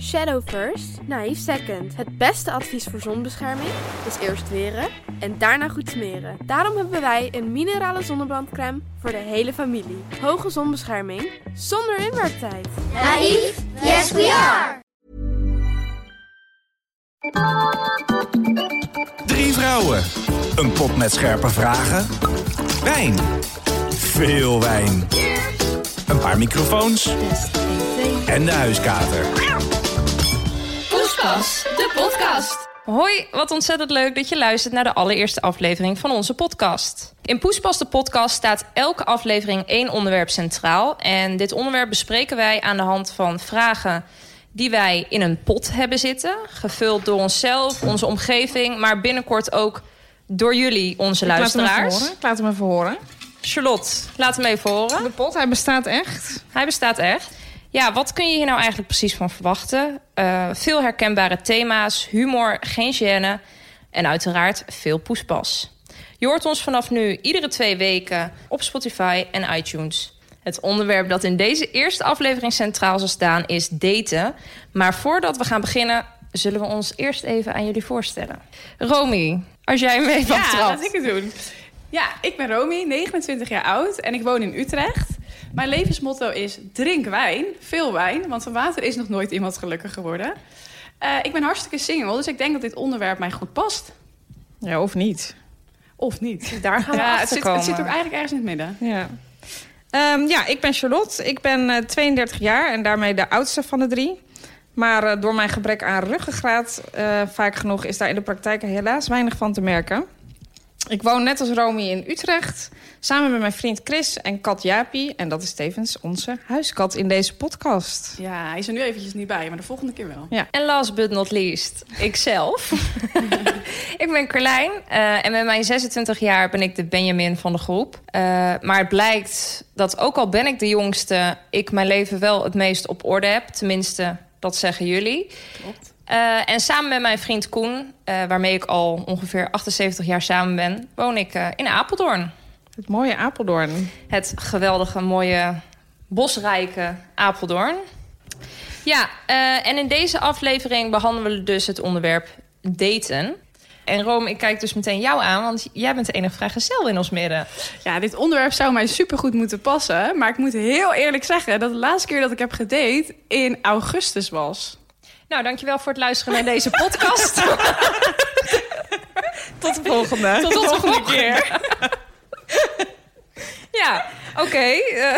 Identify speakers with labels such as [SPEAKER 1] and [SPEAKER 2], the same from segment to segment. [SPEAKER 1] Shadow first, naïef second. Het beste advies voor zonbescherming is eerst weren en daarna goed smeren. Daarom hebben wij een minerale zonnebrandcrème voor de hele familie. Hoge zonbescherming zonder inwerktijd.
[SPEAKER 2] Naïef? Yes, we are!
[SPEAKER 3] Drie vrouwen. Een pot met scherpe vragen. Wijn. Veel wijn. Een paar microfoons. En de huiskater.
[SPEAKER 4] Poespas, de podcast. Hoi, wat ontzettend leuk dat je luistert naar de allereerste aflevering van onze podcast. In Poespas de podcast staat elke aflevering één onderwerp centraal. En dit onderwerp bespreken wij aan de hand van vragen die wij in een pot hebben zitten. Gevuld door onszelf, onze omgeving, maar binnenkort ook door jullie, onze
[SPEAKER 5] Ik laat hem even
[SPEAKER 4] luisteraars.
[SPEAKER 5] horen, Ik laat hem even horen.
[SPEAKER 4] Charlotte, laat hem even horen.
[SPEAKER 5] De pot, hij bestaat echt.
[SPEAKER 4] Hij bestaat echt. Ja, wat kun je hier nou eigenlijk precies van verwachten? Eh, veel herkenbare thema's, humor, geen gêne en uiteraard veel poespas. Je hoort ons vanaf nu iedere twee weken op Spotify en iTunes. Het onderwerp dat in deze eerste aflevering centraal zal staan is daten. Maar voordat we gaan beginnen, zullen we ons eerst even aan jullie voorstellen. Romy, als jij hem even
[SPEAKER 6] Ja,
[SPEAKER 4] aftrapt.
[SPEAKER 6] laat ik het doen. Ja, ik ben Romy, 29 jaar oud en ik woon in Utrecht. Mijn levensmotto is drink wijn, veel wijn, want van water is nog nooit iemand gelukkig geworden. Eh, ik ben hartstikke single, dus ik denk dat dit onderwerp mij goed past.
[SPEAKER 5] Ja, of niet.
[SPEAKER 6] Of niet.
[SPEAKER 4] Daar gaan we
[SPEAKER 6] Ja, het
[SPEAKER 4] achter
[SPEAKER 6] zit, het zit ook
[SPEAKER 4] komen.
[SPEAKER 6] eigenlijk ergens in het midden.
[SPEAKER 5] Ja. Ehm, ja, ik ben Charlotte. Ik ben eh, 32 jaar en daarmee de oudste van de drie. Maar eh, door mijn gebrek aan ruggengraat, eh, vaak genoeg, is daar in de praktijk helaas weinig van te merken. Ik woon net als Romy in Utrecht, samen met mijn vriend Chris en Kat Japi. En dat is tevens onze huiskat in deze podcast.
[SPEAKER 6] Ja, hij is er nu eventjes niet bij, maar de volgende keer wel.
[SPEAKER 4] En last but not least, ikzelf. ik ben Carlijn eh, en met mijn 26 jaar ben ik de Benjamin van de groep. Eh, maar het blijkt dat ook al ben ik de jongste, ik mijn leven wel het meest op orde heb. Tenminste, dat zeggen jullie.
[SPEAKER 6] Klopt.
[SPEAKER 4] Eh, en samen met mijn vriend Koen, eh, waarmee ik al ongeveer 78 jaar samen ben, woon ik eh, in Apeldoorn.
[SPEAKER 5] Het mooie Apeldoorn.
[SPEAKER 4] Het geweldige, mooie, bosrijke Apeldoorn. Ja, eh, en in deze aflevering behandelen we dus het onderwerp daten. En Rome, ik kijk dus meteen jou aan, want jij bent de enige vrijgezel in ons midden.
[SPEAKER 6] Ja, dit onderwerp zou mij supergoed moeten passen, maar ik moet heel eerlijk zeggen dat de laatste keer dat ik heb gedate in augustus was.
[SPEAKER 4] Nou, dankjewel voor het luisteren naar deze podcast.
[SPEAKER 5] Tot de volgende.
[SPEAKER 4] Tot de volgende keer. ja,
[SPEAKER 5] Oké, eh,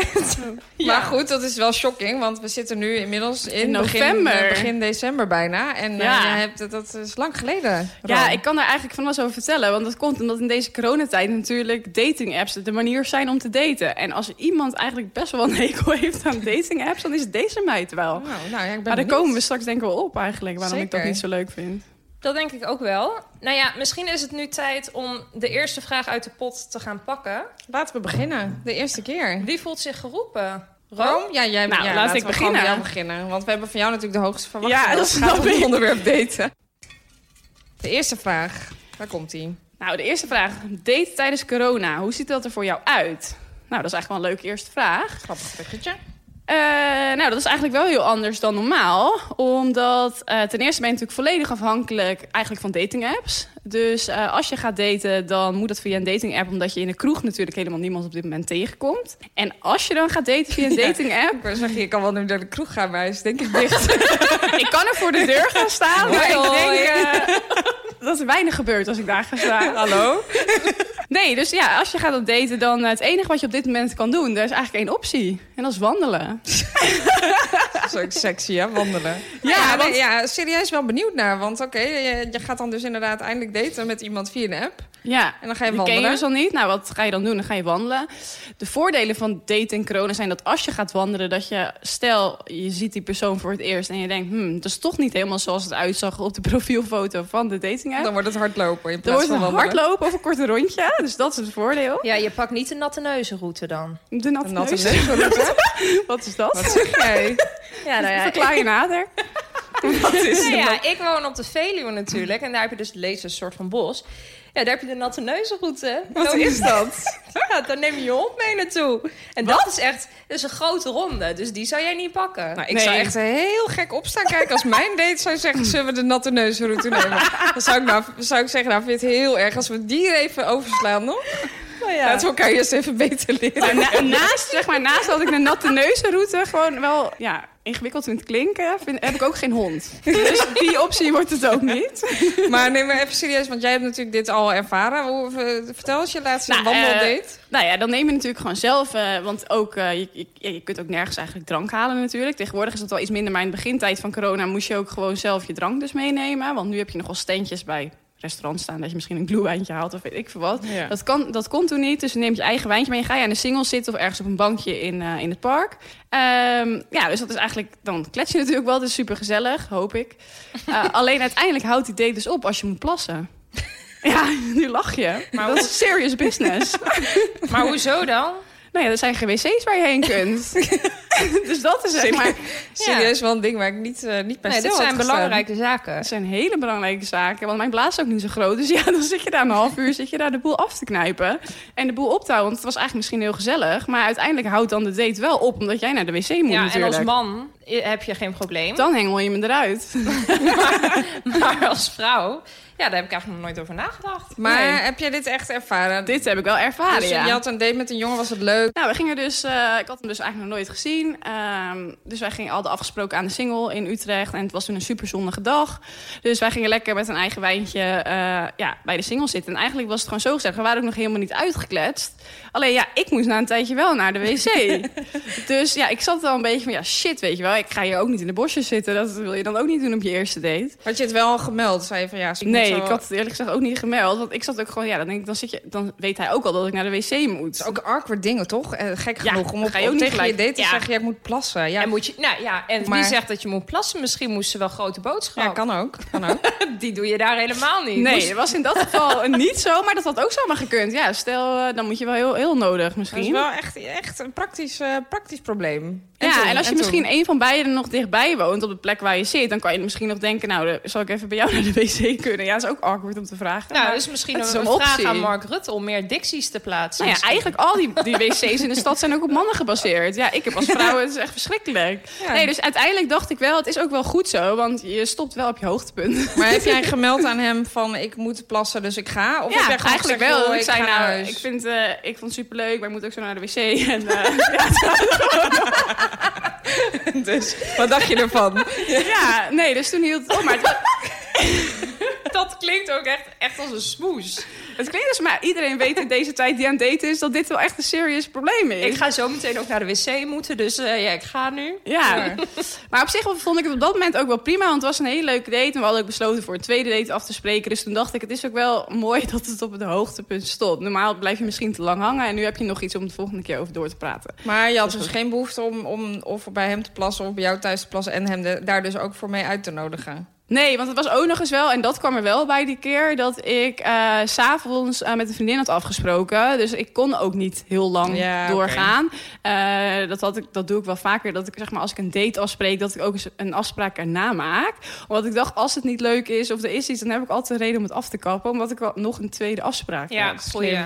[SPEAKER 5] maar goed, dat is wel shocking, want we zitten nu inmiddels in,
[SPEAKER 6] In
[SPEAKER 5] begin-
[SPEAKER 6] november.
[SPEAKER 5] eh, Begin, december bijna. En eh,
[SPEAKER 6] Ja.
[SPEAKER 5] je hebt, dat is lang geleden.
[SPEAKER 6] Ja,
[SPEAKER 5] Ron.
[SPEAKER 6] ik kan daar eigenlijk van alles over vertellen. Want dat komt omdat in deze coronatijd natuurlijk dating apps de manier zijn om te daten. En als iemand eigenlijk best wel een hekel heeft aan dating apps, dan is deze meid wel.
[SPEAKER 5] Nou, nou ja, ik ben
[SPEAKER 6] Maar daar
[SPEAKER 5] benieuwd.
[SPEAKER 6] komen we straks denk ik wel op eigenlijk, waarom ik dat
[SPEAKER 5] Zeker.
[SPEAKER 6] niet zo leuk vind.
[SPEAKER 4] dat denk ik ook wel. Nou ja, misschien is het nu tijd om de eerste vraag uit de pot te gaan pakken.
[SPEAKER 5] Laten we beginnen, de eerste keer.
[SPEAKER 4] Wie voelt zich geroepen? Rome?
[SPEAKER 5] Rome? Ja, jij
[SPEAKER 6] Nou,
[SPEAKER 5] ja,
[SPEAKER 6] laat
[SPEAKER 5] laten
[SPEAKER 6] ik
[SPEAKER 5] we gewoon
[SPEAKER 6] beginnen.
[SPEAKER 5] met jou beginnen. Want we hebben van jou natuurlijk de hoogste verwachtingen.
[SPEAKER 6] Ja,
[SPEAKER 5] als het
[SPEAKER 6] dat
[SPEAKER 5] gaat
[SPEAKER 6] snap
[SPEAKER 5] om het
[SPEAKER 6] ik.
[SPEAKER 5] onderwerp daten. De eerste vraag, waar komt die?
[SPEAKER 6] Nou, de eerste vraag. Date tijdens corona, hoe ziet dat er voor jou uit? Nou, dat is eigenlijk wel een leuke eerste vraag.
[SPEAKER 5] Grappig bruggetje.
[SPEAKER 6] Eh, nou, dat is eigenlijk wel heel anders dan normaal. Omdat eh, ten eerste ben je natuurlijk volledig afhankelijk eigenlijk van dating apps. Dus eh, als je gaat daten, dan moet dat via een dating app. Omdat je in de kroeg natuurlijk helemaal niemand op dit moment tegenkomt. En als je dan gaat daten via een dating app...
[SPEAKER 5] Ik wou zeggen, je kan wel nu naar de kroeg gaan, maar hij is denk ik dicht.
[SPEAKER 6] ik kan er voor de deur gaan staan. Maar ik
[SPEAKER 5] Hoi, hoi.
[SPEAKER 6] denk eh, dat er weinig gebeurt als ik daar ga staan.
[SPEAKER 5] Hallo?
[SPEAKER 6] Nee, dus ja, als je gaat op daten, dan eh, het enige wat je op dit moment kan doen... er is eigenlijk één optie. En dat is wandelen.
[SPEAKER 5] Dat is ook sexy, hè, wandelen.
[SPEAKER 6] Ja,
[SPEAKER 5] Ja,
[SPEAKER 6] want-
[SPEAKER 5] nee, ja serieus wel benieuwd naar. Want oké, je, je gaat dan dus inderdaad eindelijk daten met iemand via een app.
[SPEAKER 6] Ja,
[SPEAKER 5] En dan ga je
[SPEAKER 6] Die ken je
[SPEAKER 5] wandelen.
[SPEAKER 6] dus al niet. Nou, wat ga je dan doen? Dan ga je wandelen. De voordelen van daten en corona zijn dat als je gaat wandelen... dat je, stel, je ziet die persoon voor het eerst... en je denkt, hmm, dat is toch niet helemaal zoals het uitzag... op de profielfoto van de dating app.
[SPEAKER 5] Dan wordt het hardlopen in
[SPEAKER 6] Dan
[SPEAKER 5] plaats
[SPEAKER 6] wordt
[SPEAKER 5] van
[SPEAKER 6] het een
[SPEAKER 5] wandelen.
[SPEAKER 6] hardlopen of een korte rondje. Dus dat is het voordeel.
[SPEAKER 4] Ja, je pakt niet de natte neuzenroute dan.
[SPEAKER 6] De natte,
[SPEAKER 5] Een natte
[SPEAKER 6] neus.
[SPEAKER 5] neus, hoor, hè?
[SPEAKER 6] Wat is dat?
[SPEAKER 5] dus Wat zeg jij?
[SPEAKER 4] Ja, nou ja,
[SPEAKER 6] Verklaar je nader. Wat is
[SPEAKER 4] Nou
[SPEAKER 6] het?
[SPEAKER 4] ja, ik woon op de Veluwe natuurlijk. En daar heb je dus lezen een soort van bos. En Ja, daar heb je de natte neus goed, hè? Wat is dat? ja, dan neem je je hond mee naartoe. En dat is echt dat is een grote ronde. Dus die zou jij niet pakken.
[SPEAKER 5] Nou, ik zou echt heel gek opstaan kijken als mijn date zou zeggen... zullen we de natte neusroute nemen? Dan zou ik, nou, zou ik zeggen, nou vind je het heel erg als we die er even overslaan nog.
[SPEAKER 4] Nou ja.
[SPEAKER 5] Laten we elkaar eerst even beter leren.
[SPEAKER 6] Na- naast, zeg maar, naast dat ik een natte neuzenroute gewoon wel ja, ingewikkeld vind klinken, vind, heb ik ook geen hond. Dus die optie wordt het ook niet.
[SPEAKER 5] Maar neem maar even serieus, want jij hebt natuurlijk dit al ervaren. Hoe, eh, vertel eens je laatste
[SPEAKER 6] Nou,
[SPEAKER 5] wandeldate.
[SPEAKER 6] eh, nou ja, dan neem je natuurlijk gewoon zelf. eh, want ook, eh, je, je, ja, je kunt ook nergens eigenlijk drank halen natuurlijk. Tegenwoordig is dat wel iets minder. Maar in de begintijd van corona moest je ook gewoon zelf je drank dus meenemen. Want nu heb je nog wel standjes bij restaurants staan... dat je misschien een glühwijntje haalt of weet ik veel wat.
[SPEAKER 5] Ja.
[SPEAKER 6] Dat, kan, dat kon toen niet, dus neem je eigen wijntje mee. Ga je aan de single zitten of ergens op een bankje in, eh, in het park. Ehm, ja, dus dat is eigenlijk... Dan klets je natuurlijk wel, dat is super gezellig, hoop ik. Eh, alleen uiteindelijk houdt die date dus op als je moet plassen. Ja, nu lach je. Maar dat is serious business.
[SPEAKER 4] Maar hoezo dan?
[SPEAKER 6] Nou ja, er zijn geen wc's waar je heen kunt. dus dat is zeg maar...
[SPEAKER 5] Serieus wel een ding waar ik niet, eh niet bij
[SPEAKER 4] Nee, dat
[SPEAKER 5] stil
[SPEAKER 4] zijn
[SPEAKER 5] had gestaan.
[SPEAKER 4] belangrijke zaken.
[SPEAKER 6] Dat zijn hele belangrijke zaken. Want mijn blaas is ook niet zo groot. Dus ja, dan zit je daar een half uur zit je daar de boel af te knijpen. En de boel op te houden. Want het was eigenlijk misschien heel gezellig. Maar uiteindelijk houdt dan de date wel op. Omdat jij naar de wc moet
[SPEAKER 4] Ja,
[SPEAKER 6] natuurlijk.
[SPEAKER 4] en als man heb je geen probleem.
[SPEAKER 6] Dan hengel je me eruit.
[SPEAKER 4] Maar als vrouw, ja, daar heb ik eigenlijk nog nooit over nagedacht.
[SPEAKER 5] Maar
[SPEAKER 6] Nee.
[SPEAKER 5] heb jij dit echt ervaren?
[SPEAKER 6] Dit heb ik wel ervaren,
[SPEAKER 5] dus je-
[SPEAKER 6] ja.
[SPEAKER 5] je had een date met een jongen, was het leuk?
[SPEAKER 6] Nou, we gingen dus, eh, ik had hem dus eigenlijk nog nooit gezien. Ehm, dus wij gingen al afgesproken aan de single in Utrecht. En het was toen een super zonnige dag. Dus wij gingen lekker met een eigen wijntje eh, ja, bij de single zitten. En eigenlijk was het gewoon zo gezegd. We waren ook nog helemaal niet uitgekletst. Alleen ja, ik moest na een tijdje wel naar de wc. dus ja, ik zat al een beetje van ja, shit, weet je wel. Ik ga hier ook niet in de bosjes zitten. Dat wil je dan ook niet doen op je eerste date.
[SPEAKER 5] Had je het wel gemeld? Zei je van ja, moet
[SPEAKER 6] Nee,
[SPEAKER 5] wel-
[SPEAKER 6] ik had het eerlijk gezegd ook niet gemeld. Want ik zat ook gewoon, ja, dan, denk ik, dan, zit je, dan weet hij ook al dat ik naar de wc moet.
[SPEAKER 5] Het is ook een awkward dingen, toch? Eh, gek
[SPEAKER 6] Ja,
[SPEAKER 5] genoeg. Om op,
[SPEAKER 6] ga je ook
[SPEAKER 5] om
[SPEAKER 6] niet
[SPEAKER 5] tegen je
[SPEAKER 6] gelijk-
[SPEAKER 5] date te
[SPEAKER 4] Ja.
[SPEAKER 5] zeggen, jij moet plassen. Ja,
[SPEAKER 4] En moet je, nou ja, en
[SPEAKER 5] Maar-
[SPEAKER 4] wie zegt dat je moet plassen? Misschien moest ze wel grote boodschap.
[SPEAKER 6] Oh.
[SPEAKER 5] ja kan ook. Kan ook.
[SPEAKER 4] Die doe je daar helemaal niet.
[SPEAKER 6] Nee,
[SPEAKER 4] Moest-
[SPEAKER 6] dat was in dat geval niet zo, maar dat had ook zomaar gekund. Ja, stel, eh, dan moet je wel heel, heel nodig
[SPEAKER 5] Dat is
[SPEAKER 6] misschien.
[SPEAKER 5] wel echt, echt een praktisch, eh, praktisch probleem.
[SPEAKER 6] ja,
[SPEAKER 5] toen?
[SPEAKER 6] en als je
[SPEAKER 5] toen?
[SPEAKER 6] misschien een van beiden nog dichtbij woont op de plek waar je zit, dan kan je misschien nog denken, nou, dan zal ik even bij jou naar de wc kunnen? Ja, dat is ook awkward om te vragen.
[SPEAKER 4] nou,
[SPEAKER 6] maar-
[SPEAKER 4] dus misschien
[SPEAKER 6] het is
[SPEAKER 4] een,
[SPEAKER 6] een
[SPEAKER 4] vraag
[SPEAKER 6] optie.
[SPEAKER 4] aan Mark Rutte om meer dicties te plaatsen. Dus-
[SPEAKER 6] nou ja, eigenlijk al die, die wc's in de stad zijn ook op mannen gebaseerd. Ja, ik heb als vrouw, het is echt verschrikkelijk.
[SPEAKER 5] Ja.
[SPEAKER 6] Nee, dus uiteindelijk dacht ik wel, het is ook wel goed zo, want je stopt wel op je hoogtepunt.
[SPEAKER 5] Maar heb jij gemeld aan hem van ik moet plassen, dus ik ga? Of heb jij
[SPEAKER 6] ja,
[SPEAKER 5] gewoon
[SPEAKER 6] eigenlijk
[SPEAKER 5] gezegd,
[SPEAKER 6] wel.
[SPEAKER 5] joh,
[SPEAKER 6] ik zei
[SPEAKER 5] ga naar
[SPEAKER 6] nou,
[SPEAKER 5] huis?
[SPEAKER 6] ik, vind, eh, ik vond het superleuk, maar ik moet ook zo naar de wc. En, eh,
[SPEAKER 5] Dus, wat dacht je ervan?
[SPEAKER 6] ja, nee, dus toen hield het op. Maar het,
[SPEAKER 4] dat klinkt ook echt, echt als een smoes.
[SPEAKER 6] Het klinkt dus maar iedereen weet in deze tijd die aan het daten is dat dit wel echt een serieus probleem is.
[SPEAKER 4] Ik ga zo meteen ook naar de wc moeten, dus eh, ja, ik ga nu.
[SPEAKER 6] Ja, maar op zich vond ik het op dat moment ook wel prima, want het was een hele leuke date. En we hadden ook besloten voor een tweede date af te spreken. Dus toen dacht ik, het is ook wel mooi dat het op het hoogtepunt stopt. Normaal blijf je misschien te lang hangen en nu heb je nog iets om de volgende keer over door te praten.
[SPEAKER 5] Maar je had dus geen behoefte om, om of bij hem te plassen of bij jou thuis te plassen en hem de- daar dus ook voor mee uit te nodigen.
[SPEAKER 6] Nee, want het was ook nog eens wel, en dat kwam er wel bij die keer, dat ik eh, s s'avonds met een vriendin had afgesproken. Dus ik kon ook niet heel lang
[SPEAKER 5] Ja, oké.
[SPEAKER 6] doorgaan. Eh, dat, had ik, dat doe ik wel vaker, dat ik zeg maar als ik een date afspreek, dat ik ook eens een afspraak erna maak. Omdat ik dacht, als het niet leuk is of er is iets, dan heb ik altijd een reden om het af te kappen. Omdat ik wel nog een tweede afspraak
[SPEAKER 4] Ja,
[SPEAKER 6] had.
[SPEAKER 4] goeie.
[SPEAKER 6] Slim.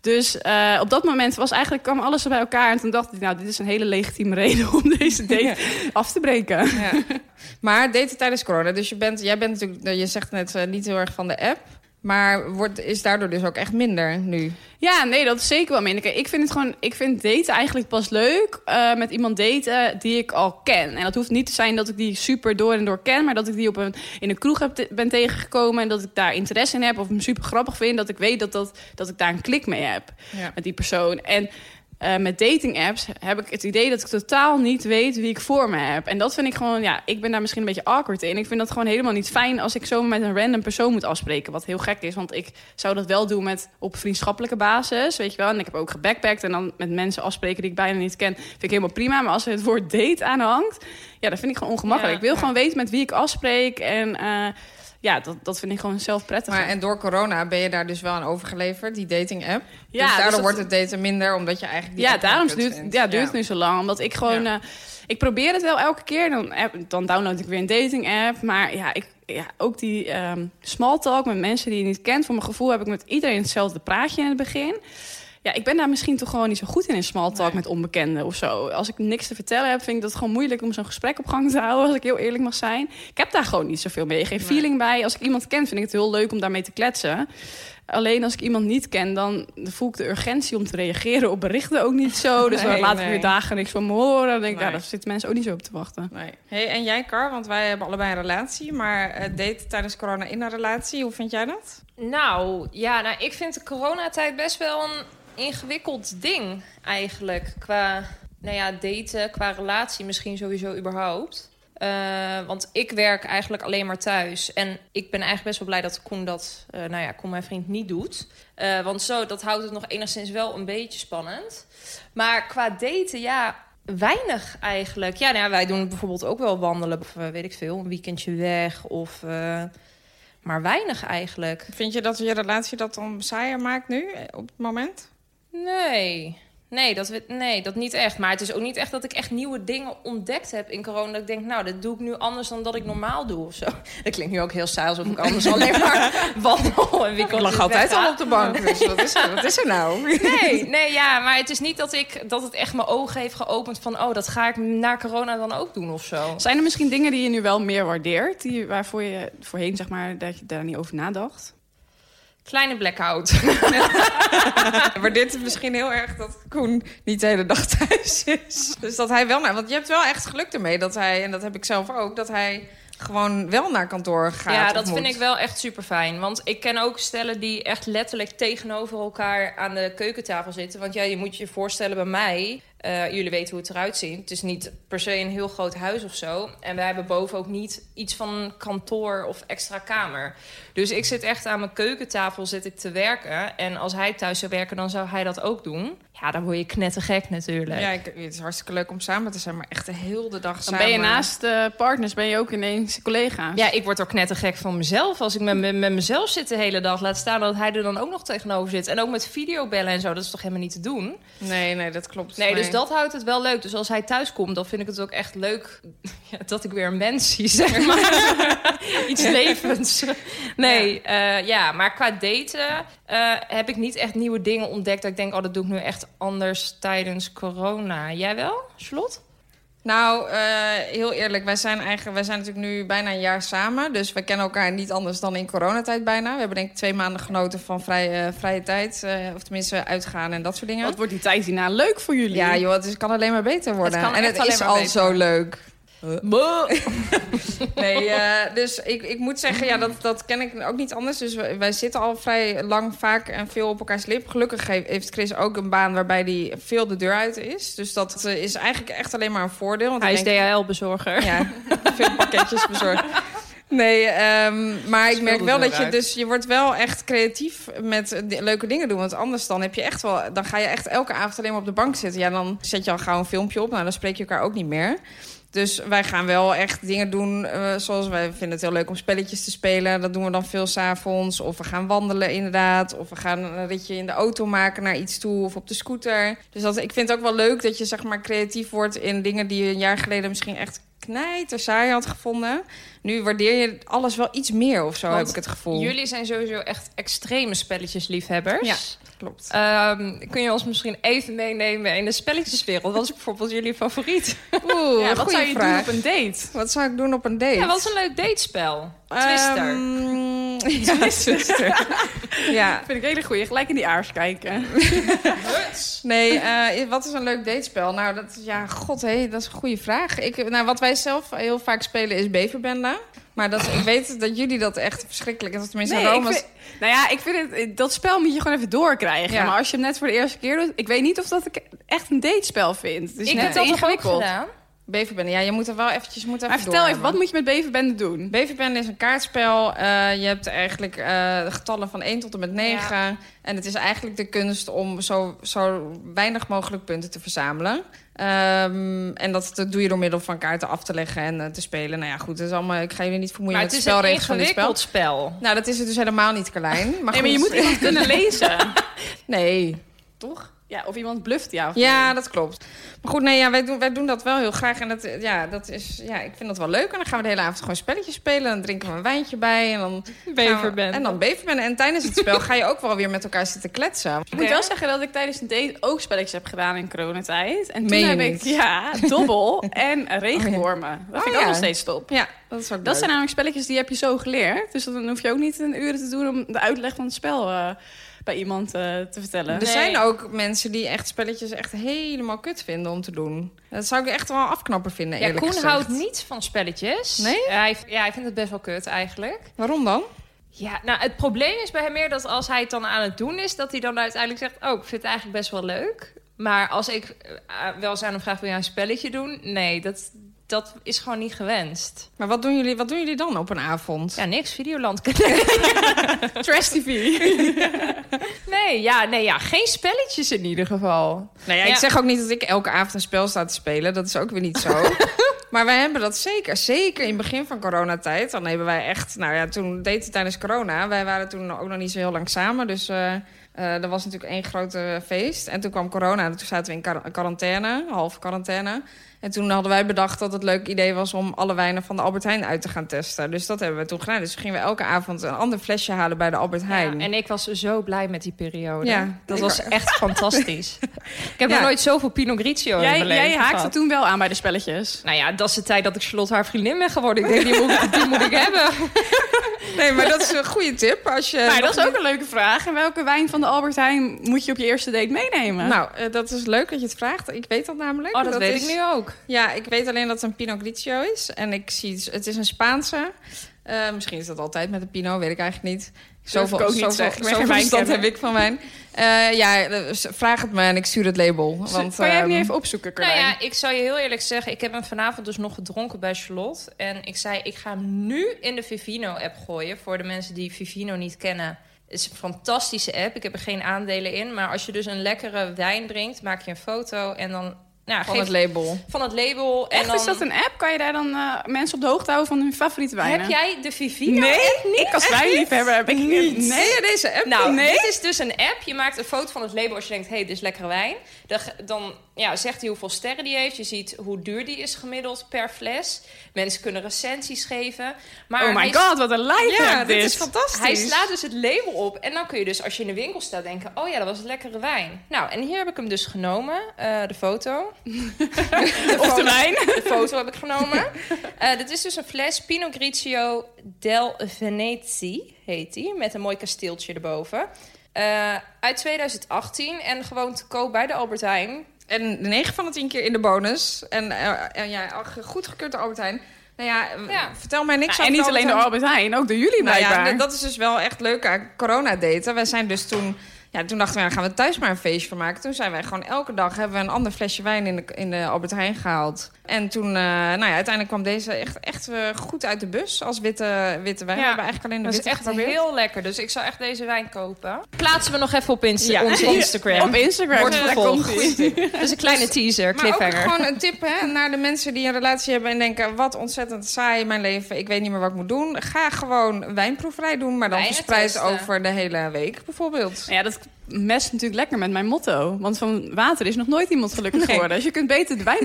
[SPEAKER 6] Dus eh, op dat moment was eigenlijk, kwam alles er bij elkaar. En toen dacht ik, nou, dit is een hele legitieme reden om deze date
[SPEAKER 5] Ja.
[SPEAKER 6] af te breken.
[SPEAKER 5] Ja. maar daten tijdens corona, dus je bent, jij bent natuurlijk, eh, je zegt net eh, niet heel erg van de app, maar wordt, is daardoor dus ook echt minder nu.
[SPEAKER 6] Ja, nee, dat is zeker wel minder. Kijk, ik vind het gewoon, ik vind daten eigenlijk pas leuk eh, met iemand daten die ik al ken. En dat hoeft niet te zijn dat ik die super door en door ken, maar dat ik die op een, in een kroeg heb te- ben tegengekomen en dat ik daar interesse in heb of hem super grappig vind, dat ik weet dat, dat, dat ik daar een klik mee heb
[SPEAKER 5] Ja.
[SPEAKER 6] met die persoon. En eh, met dating apps heb ik het idee dat ik totaal niet weet wie ik voor me heb. En dat vind ik gewoon, ja, ik ben daar misschien een beetje awkward in. Ik vind dat gewoon helemaal niet fijn als ik zomaar met een random persoon moet afspreken. Wat heel gek is, want ik zou dat wel doen met op vriendschappelijke basis, weet je wel. En ik heb ook gebackpackt en dan met mensen afspreken die ik bijna niet ken. Vind ik helemaal prima, maar als er het woord date aan hangt, ja, dat vind ik gewoon ongemakkelijk.
[SPEAKER 4] Ja,
[SPEAKER 6] ik wil
[SPEAKER 4] ja.
[SPEAKER 6] gewoon weten met wie ik afspreek en... eh, ja, dat, dat vind ik gewoon zelf prettig.
[SPEAKER 5] Maar en door corona ben je daar dus wel aan overgeleverd, die dating app.
[SPEAKER 6] Ja,
[SPEAKER 5] dus
[SPEAKER 6] dus
[SPEAKER 5] daardoor
[SPEAKER 6] dat-
[SPEAKER 5] wordt het daten minder, omdat je eigenlijk die
[SPEAKER 6] Ja,
[SPEAKER 5] app wel
[SPEAKER 6] daarom
[SPEAKER 5] kut
[SPEAKER 6] duurt,
[SPEAKER 5] vindt.
[SPEAKER 6] ja, duurt het nu zo lang. Omdat ik gewoon...
[SPEAKER 5] Ja.
[SPEAKER 6] eh, ik probeer het wel elke keer. Dan, app- dan download ik weer een dating app. Maar ja, ik, ja ook die ehm small talk met mensen die je niet kent. Voor mijn gevoel heb ik met iedereen hetzelfde praatje in het begin. Ja, ik ben daar misschien toch gewoon niet zo goed in, in small talk met onbekenden of zo. Als ik niks te vertellen heb, vind ik dat gewoon moeilijk om zo'n gesprek op gang te houden. Als ik heel eerlijk mag zijn. Ik heb daar gewoon niet zoveel mee. Geen feeling bij. Als ik iemand ken, vind ik het heel leuk om daarmee te kletsen. Alleen als ik iemand niet ken, dan voel ik de urgentie om te reageren op berichten ook niet zo. Dus
[SPEAKER 5] Nee,
[SPEAKER 6] dan laat ik
[SPEAKER 5] nee.
[SPEAKER 6] weer dagen niks van me horen. Dan denk ik, ja,
[SPEAKER 5] Nee.
[SPEAKER 6] daar zitten mensen ook niet zo op te wachten.
[SPEAKER 5] Nee. Hey, en jij, Kar, want wij hebben allebei een relatie. Maar eh daten tijdens corona in een relatie, hoe vind jij dat?
[SPEAKER 4] Nou, ja, nou, ik vind de coronatijd best wel een ingewikkeld ding eigenlijk. Qua nou ja, daten, qua relatie misschien sowieso überhaupt. Eh, want ik werk eigenlijk alleen maar thuis. En ik ben eigenlijk best wel blij dat Koen dat, eh, nou ja, Koen mijn vriend niet doet. Eh, want zo, dat houdt het nog enigszins wel een beetje spannend. Maar qua daten, ja, weinig eigenlijk. Ja, nou ja, wij doen bijvoorbeeld ook wel wandelen. Of eh, weet ik veel, een weekendje weg. Of, eh, maar weinig eigenlijk.
[SPEAKER 5] Vind je dat je relatie dat dan saaier maakt nu, eh, op het moment?
[SPEAKER 4] Nee. Nee dat, we, nee, dat niet echt. Maar het is ook niet echt dat ik echt nieuwe dingen ontdekt heb in corona. Dat ik denk, nou, dat doe ik nu anders dan dat ik normaal doe of zo. Dat klinkt nu ook heel saai, alsof ik anders alleen maar wandel en winkel.
[SPEAKER 5] de bank, dus wat is er, wat is er nou?
[SPEAKER 4] Nee, nee, ja, maar het is niet dat, ik, dat het echt mijn ogen heeft geopend van... oh, dat ga ik na corona dan ook doen of zo.
[SPEAKER 6] Zijn er misschien dingen die je nu wel meer waardeert? Die, waarvoor je voorheen, zeg maar, dat je daar niet over nadacht?
[SPEAKER 4] Kleine blackout.
[SPEAKER 5] Maar dit is misschien heel erg dat Koen niet de hele dag thuis is. Dus dat hij wel naar... Want je hebt wel echt geluk ermee dat hij, en dat heb ik zelf ook... dat hij gewoon wel naar kantoor gaat.
[SPEAKER 4] Ja,
[SPEAKER 5] of
[SPEAKER 4] dat
[SPEAKER 5] moet.
[SPEAKER 4] vind ik wel echt super fijn. Want ik ken ook stellen die echt letterlijk tegenover elkaar aan de keukentafel zitten. Want ja, je moet je voorstellen bij mij. eh, jullie weten hoe het eruit ziet. Het is niet per se een heel groot huis of zo. En wij hebben boven ook niet iets van een kantoor of extra kamer. Dus ik zit echt aan mijn keukentafel zit ik te werken. En als hij thuis zou werken, dan zou hij dat ook doen. Ja, dan word je knettergek natuurlijk.
[SPEAKER 5] Ja, ik, het is hartstikke leuk om samen te zijn, maar echt de hele dag
[SPEAKER 6] Dan
[SPEAKER 5] samen.
[SPEAKER 6] ben je naast eh, partners ben je ook ineens collega's.
[SPEAKER 4] Ja, ik word ook knettergek van mezelf. Als ik met, met, met mezelf zit de hele dag, laat staan dat hij er dan ook nog tegenover zit. En ook met videobellen en zo, dat is toch helemaal niet te doen?
[SPEAKER 5] Nee, nee, dat klopt.
[SPEAKER 4] Nee, dus dat houdt het wel leuk. Dus als hij thuis komt, dan vind ik het ook echt leuk ja, dat ik weer een mens zie, zeg maar. Iets levends. Nee, ja. ja, maar qua daten eh, heb ik niet echt nieuwe dingen ontdekt. Dat ik denk, oh, dat doe ik nu echt anders tijdens corona. Jij wel, Charlotte?
[SPEAKER 5] Nou, eh, heel eerlijk, wij zijn, eigenlijk, wij zijn natuurlijk nu bijna een jaar samen. Dus we kennen elkaar niet anders dan in coronatijd bijna. We hebben denk ik twee maanden genoten van vrije, vrije tijd. eh, of tenminste uitgaan en dat soort dingen.
[SPEAKER 6] Wat wordt die tijd hierna leuk voor jullie?
[SPEAKER 5] Ja joh, het is- kan alleen maar beter worden.
[SPEAKER 4] kan
[SPEAKER 5] en
[SPEAKER 4] echt
[SPEAKER 5] het
[SPEAKER 4] alleen
[SPEAKER 5] is
[SPEAKER 4] maar
[SPEAKER 5] al
[SPEAKER 4] beter. Eh,
[SPEAKER 5] zo leuk. Nee, eh, dus ik, ik moet zeggen, ja, dat, dat ken ik ook niet anders. Dus wij, wij zitten al vrij lang vaak en veel op elkaars lip. Gelukkig he- heeft Chris ook een baan waarbij hij veel de deur uit is. Dus dat eh, is eigenlijk echt alleen maar een voordeel. Want
[SPEAKER 4] Hij
[SPEAKER 5] ik
[SPEAKER 4] is
[SPEAKER 5] denk-
[SPEAKER 4] DHL-bezorger.
[SPEAKER 5] ja, veel pakketjes bezorgd. Nee, ehm, maar ik
[SPEAKER 4] Speelde
[SPEAKER 5] merk wel
[SPEAKER 4] het
[SPEAKER 5] dat
[SPEAKER 4] wel
[SPEAKER 5] je dus je wordt wel echt creatief met eh, di- leuke dingen doen, want anders dan heb je echt wel dan ga je echt elke avond alleen maar op de bank zitten. Ja, dan zet je al gauw een filmpje op. Nou, dan spreek je elkaar ook niet meer. Dus wij gaan wel echt dingen doen, eh, zoals wij vinden het heel leuk om spelletjes te spelen. Dat doen we dan veel s'avonds. Of we gaan wandelen inderdaad. Of we gaan een ritje in de auto maken naar iets toe of op de scooter. Dus dat, ik vind het ook wel leuk dat je zeg maar creatief wordt in dingen die je een jaar geleden misschien echt knijter saai had gevonden. Nu waardeer je alles wel iets meer of zo,
[SPEAKER 4] Want
[SPEAKER 5] heb ik het gevoel.
[SPEAKER 4] Jullie zijn sowieso echt extreme spelletjesliefhebbers.
[SPEAKER 5] Ja, klopt.
[SPEAKER 4] Ehm, kun je ons misschien even meenemen in de spelletjeswereld? Wat is bijvoorbeeld jullie favoriet?
[SPEAKER 5] Oeh,
[SPEAKER 6] Ja, wat
[SPEAKER 5] goeie
[SPEAKER 6] zou je
[SPEAKER 5] vraag.
[SPEAKER 6] doen op een date?
[SPEAKER 5] Wat zou ik doen op een date?
[SPEAKER 4] Ja, wat is een leuk datespel? Twister.
[SPEAKER 5] Ehm, ja, Twister. ja,
[SPEAKER 6] Vind ik een hele goeie. Gelijk in die aars kijken.
[SPEAKER 5] Nee, eh, wat is een leuk datespel? Nou, dat, is- ja, god, hé, dat is een goede vraag. Ik, nou, wat wij zelf heel vaak spelen is Beverbenda. Maar dat, ik weet dat jullie dat echt verschrikkelijk... Dat tenminste,
[SPEAKER 6] Nee, ik
[SPEAKER 5] Rome...
[SPEAKER 6] vind- nou ja, ik vind het, dat spel moet je gewoon even doorkrijgen.
[SPEAKER 5] Ja.
[SPEAKER 6] Maar als je hem net voor de eerste keer doet, ik weet niet of dat ik echt een datespel vind. Het is
[SPEAKER 4] ik
[SPEAKER 6] net
[SPEAKER 4] heb
[SPEAKER 6] te
[SPEAKER 4] dat toch ook
[SPEAKER 6] ingewikkeld.
[SPEAKER 4] gedaan?
[SPEAKER 5] Beverbenda, ja, je moet er wel eventjes je moet even
[SPEAKER 6] Maar vertel
[SPEAKER 5] door
[SPEAKER 6] even, wat
[SPEAKER 5] hebben.
[SPEAKER 6] moet je met beverbende doen?
[SPEAKER 5] Beverbenda is een kaartspel. Eh, je hebt eigenlijk eh, de getallen van 1 tot en met 9. En het is eigenlijk de kunst om zo, zo weinig mogelijk punten te verzamelen. Ehm, en dat, dat doe je door middel van kaarten af te leggen en eh, te spelen. Nou ja, goed, dat is allemaal, ik ga jullie niet vermoeien
[SPEAKER 4] Maar
[SPEAKER 5] met
[SPEAKER 4] het
[SPEAKER 5] de
[SPEAKER 4] is een
[SPEAKER 5] spelregels van dit spel.
[SPEAKER 4] ingewikkeld spel.
[SPEAKER 5] Nou, dat is het dus helemaal niet, Carlijn. Maar
[SPEAKER 6] nee, maar je moet
[SPEAKER 5] goed.
[SPEAKER 6] iemand kunnen lezen.
[SPEAKER 5] Nee.
[SPEAKER 6] Toch? Ja, of iemand bluft jou. of
[SPEAKER 5] Ja,
[SPEAKER 6] niet.
[SPEAKER 5] dat klopt. Maar goed, nee, ja, wij, doen, wij doen dat wel heel graag. En dat, eh, ja, dat is, ja, ik vind dat wel leuk. En dan gaan we de hele avond gewoon spelletjes spelen. En dan drinken we een wijntje bij. En dan gaan we-
[SPEAKER 4] Beverbende.
[SPEAKER 5] Nou, En dan beverbende. En tijdens het spel ga je ook wel weer met elkaar zitten kletsen.
[SPEAKER 6] Ik moet wel zeggen dat ik tijdens een date ook spelletjes heb gedaan in coronatijd. En toen
[SPEAKER 5] Meen je
[SPEAKER 6] heb ik
[SPEAKER 5] niet?
[SPEAKER 6] ja, dobbel en regenwormen. Dat
[SPEAKER 5] Oh,
[SPEAKER 6] vind ik
[SPEAKER 5] ja.
[SPEAKER 6] ook nog steeds top.
[SPEAKER 5] Ja, dat is ook
[SPEAKER 6] Dat
[SPEAKER 5] leuk.
[SPEAKER 6] zijn namelijk spelletjes die heb je zo geleerd. Dus dan hoef je ook niet een uren te doen om de uitleg van het spel eh, bij iemand eh, te vertellen.
[SPEAKER 5] Er zijn ook mensen die echt spelletjes echt helemaal kut vinden om te doen. Dat zou ik echt wel een afknapper vinden,
[SPEAKER 4] Ja,
[SPEAKER 5] eerlijk
[SPEAKER 4] Koen
[SPEAKER 5] gezegd.
[SPEAKER 4] houdt niet van spelletjes.
[SPEAKER 5] Nee?
[SPEAKER 4] Ja, hij, ja, hij vindt het best wel kut eigenlijk.
[SPEAKER 5] Waarom dan?
[SPEAKER 4] Ja, nou, het probleem is bij hem meer dat als hij het dan aan het doen is, dat hij dan uiteindelijk zegt: Oh, ik vind het eigenlijk best wel leuk. Maar als ik eh, wel eens aan hem vraag: Wil jij een spelletje doen? Nee, dat, dat is gewoon niet gewenst.
[SPEAKER 5] Maar wat doen jullie, wat doen jullie dan op een avond?
[SPEAKER 4] Ja, niks, Videoland.
[SPEAKER 6] Trash TV.
[SPEAKER 4] nee, ja, nee, ja, geen spelletjes in ieder geval.
[SPEAKER 5] Nou ja,
[SPEAKER 4] Ja.
[SPEAKER 5] ik zeg ook niet dat ik elke avond een spel sta te spelen. Dat is ook weer niet zo. maar wij hebben dat zeker. Zeker in het begin van coronatijd. Dan hebben wij echt... Nou ja, toen deed het tijdens corona. Wij waren toen ook nog niet zo heel lang samen. Dus eh, eh, er was natuurlijk één grote feest. En toen kwam corona. En toen zaten we in quar- quarantaine. Halve quarantaine. En toen hadden wij bedacht dat het een leuk idee was... om alle wijnen van de Albert Heijn uit te gaan testen. Dus dat hebben we toen gedaan. Dus gingen we elke avond een ander flesje halen bij de Albert
[SPEAKER 4] Ja,
[SPEAKER 5] Heijn.
[SPEAKER 4] en ik was zo blij met die periode.
[SPEAKER 5] Ja,
[SPEAKER 4] dat
[SPEAKER 5] ik
[SPEAKER 4] was
[SPEAKER 5] ook.
[SPEAKER 4] echt fantastisch. Ik heb
[SPEAKER 5] Ja.
[SPEAKER 4] nog nooit zoveel Pinot Grigio in
[SPEAKER 6] Jij,
[SPEAKER 4] mijn leven
[SPEAKER 6] jij haakte
[SPEAKER 4] gehad.
[SPEAKER 6] toen wel aan bij de spelletjes.
[SPEAKER 4] Nou ja, dat is de tijd dat ik Charlotte haar vriendin ben geworden. Ik denk, die moet, die moet ik hebben.
[SPEAKER 5] Nee, maar dat is een goede tip. Als je
[SPEAKER 6] maar dat is ook een leuke vraag. En welke wijn van de Albert Heijn moet je op je eerste date meenemen?
[SPEAKER 5] Nou, eh, dat is leuk dat je het vraagt. Ik weet dat namelijk.
[SPEAKER 4] Oh, dat, weet
[SPEAKER 5] is- dus-
[SPEAKER 4] ik nu ook.
[SPEAKER 5] Ja, ik weet alleen dat het een Pinot Grigio is. En ik zie, dus- het is een Spaanse. Eh, misschien is dat altijd met een Pinot, weet ik eigenlijk niet. Zoveel,
[SPEAKER 6] ik ook niet
[SPEAKER 5] zoveel,
[SPEAKER 6] zeggen. Ik ben geen
[SPEAKER 5] zoveel verstand
[SPEAKER 6] wijnkenner.
[SPEAKER 5] heb ik van wijn. Eh, ja, dus vraag het me en ik stuur het label. Want,
[SPEAKER 6] Dus, eh, kan jij hem
[SPEAKER 5] ehm,
[SPEAKER 6] niet even opzoeken,
[SPEAKER 4] Nou
[SPEAKER 6] Carlijn?
[SPEAKER 4] ja, ik zal je heel eerlijk zeggen, ik heb hem vanavond dus nog gedronken bij Charlotte. En ik zei, ik ga hem nu in de Vivino-app gooien. Voor de mensen die Vivino niet kennen, is een fantastische app. Ik heb er geen aandelen in. Maar als je dus een lekkere wijn drinkt, maak je een foto en dan... Nou,
[SPEAKER 5] Van
[SPEAKER 4] geef-
[SPEAKER 5] het label.
[SPEAKER 4] van het label. en
[SPEAKER 6] Echt,
[SPEAKER 4] dan
[SPEAKER 6] is dat een app? Kan je daar dan eh, mensen op de hoogte houden van hun favoriete wijnen?
[SPEAKER 4] Heb jij de
[SPEAKER 5] Nou,
[SPEAKER 4] Vivino
[SPEAKER 6] ik als wijnliefhebber heb ik niet.
[SPEAKER 5] Nee, ja, deze app.
[SPEAKER 4] Nou, dit is dus een app. Je maakt een foto van het label als je denkt, hé, hey, dit is lekkere wijn. Dan, ge- dan ja, zegt hij hoeveel sterren die heeft. Je ziet hoe duur die is gemiddeld per fles. Mensen kunnen recensies geven. Maar
[SPEAKER 6] Oh my
[SPEAKER 4] hij,
[SPEAKER 6] god, wat een lijp
[SPEAKER 5] ja,
[SPEAKER 6] heb
[SPEAKER 5] dit is fantastisch. Nou,
[SPEAKER 4] Hij slaat dus het label op. En dan kun je dus, als je in de winkel staat, denken... oh ja, dat was lekkere wijn. Nou, en hier heb ik hem dus genomen. eh, de foto.
[SPEAKER 6] Of de wijn.
[SPEAKER 4] De foto heb ik genomen. Eh, dit is dus een fles Pinot Grigio del Veneti, heet die. Met een mooi kasteeltje erboven. Eh, uit 2018 en gewoon te koop bij de Albert Heijn.
[SPEAKER 5] En 9 van de 10 keer in de bonus. En, eh, en ja, ach, goedgekeurd door Albert Heijn. Nou ja, eh,
[SPEAKER 4] Ja.
[SPEAKER 5] vertel mij niks
[SPEAKER 6] Nou, en
[SPEAKER 5] over
[SPEAKER 6] niet
[SPEAKER 5] de
[SPEAKER 6] alleen door
[SPEAKER 5] Heijn.
[SPEAKER 6] Albert Heijn, ook door jullie blijkbaar.
[SPEAKER 5] Nou ja, dat is dus wel echt leuk aan corona-daten. Wij zijn dus toen... Ja, toen dachten we, nou gaan we thuis maar een feestje van maken. Toen zijn wij gewoon elke dag hebben we een ander flesje wijn in de, in de Albert Heijn gehaald. En toen, eh, nou ja, uiteindelijk kwam deze echt, echt eh, goed uit de bus als witte, witte wijn.
[SPEAKER 4] Ja,
[SPEAKER 5] we hebben eigenlijk alleen de
[SPEAKER 4] Dat is
[SPEAKER 5] witte
[SPEAKER 4] echt
[SPEAKER 5] geprobeerd.
[SPEAKER 4] heel lekker. Dus ik zou echt deze wijn kopen. Plaatsen we nog even op Insta onze Instagram.
[SPEAKER 6] Op Instagram.
[SPEAKER 4] Wordt
[SPEAKER 6] Ja, daar
[SPEAKER 4] vervolgd.
[SPEAKER 6] komt ie.
[SPEAKER 4] Dat is een kleine teaser,
[SPEAKER 5] Maar ook
[SPEAKER 4] cliffhanger.
[SPEAKER 5] gewoon een tip hè, naar de mensen die een relatie hebben en denken... wat ontzettend saai mijn leven, ik weet niet meer wat ik moet doen. Ga gewoon wijnproeverij doen, maar dan
[SPEAKER 4] Wijnen
[SPEAKER 5] verspreid
[SPEAKER 4] testen.
[SPEAKER 5] over de hele week bijvoorbeeld.
[SPEAKER 6] Nou Ja, dat mest natuurlijk lekker met mijn motto. Want van water is nog nooit iemand gelukkig
[SPEAKER 5] Nee.
[SPEAKER 6] geworden. Dus je kunt beter de wijn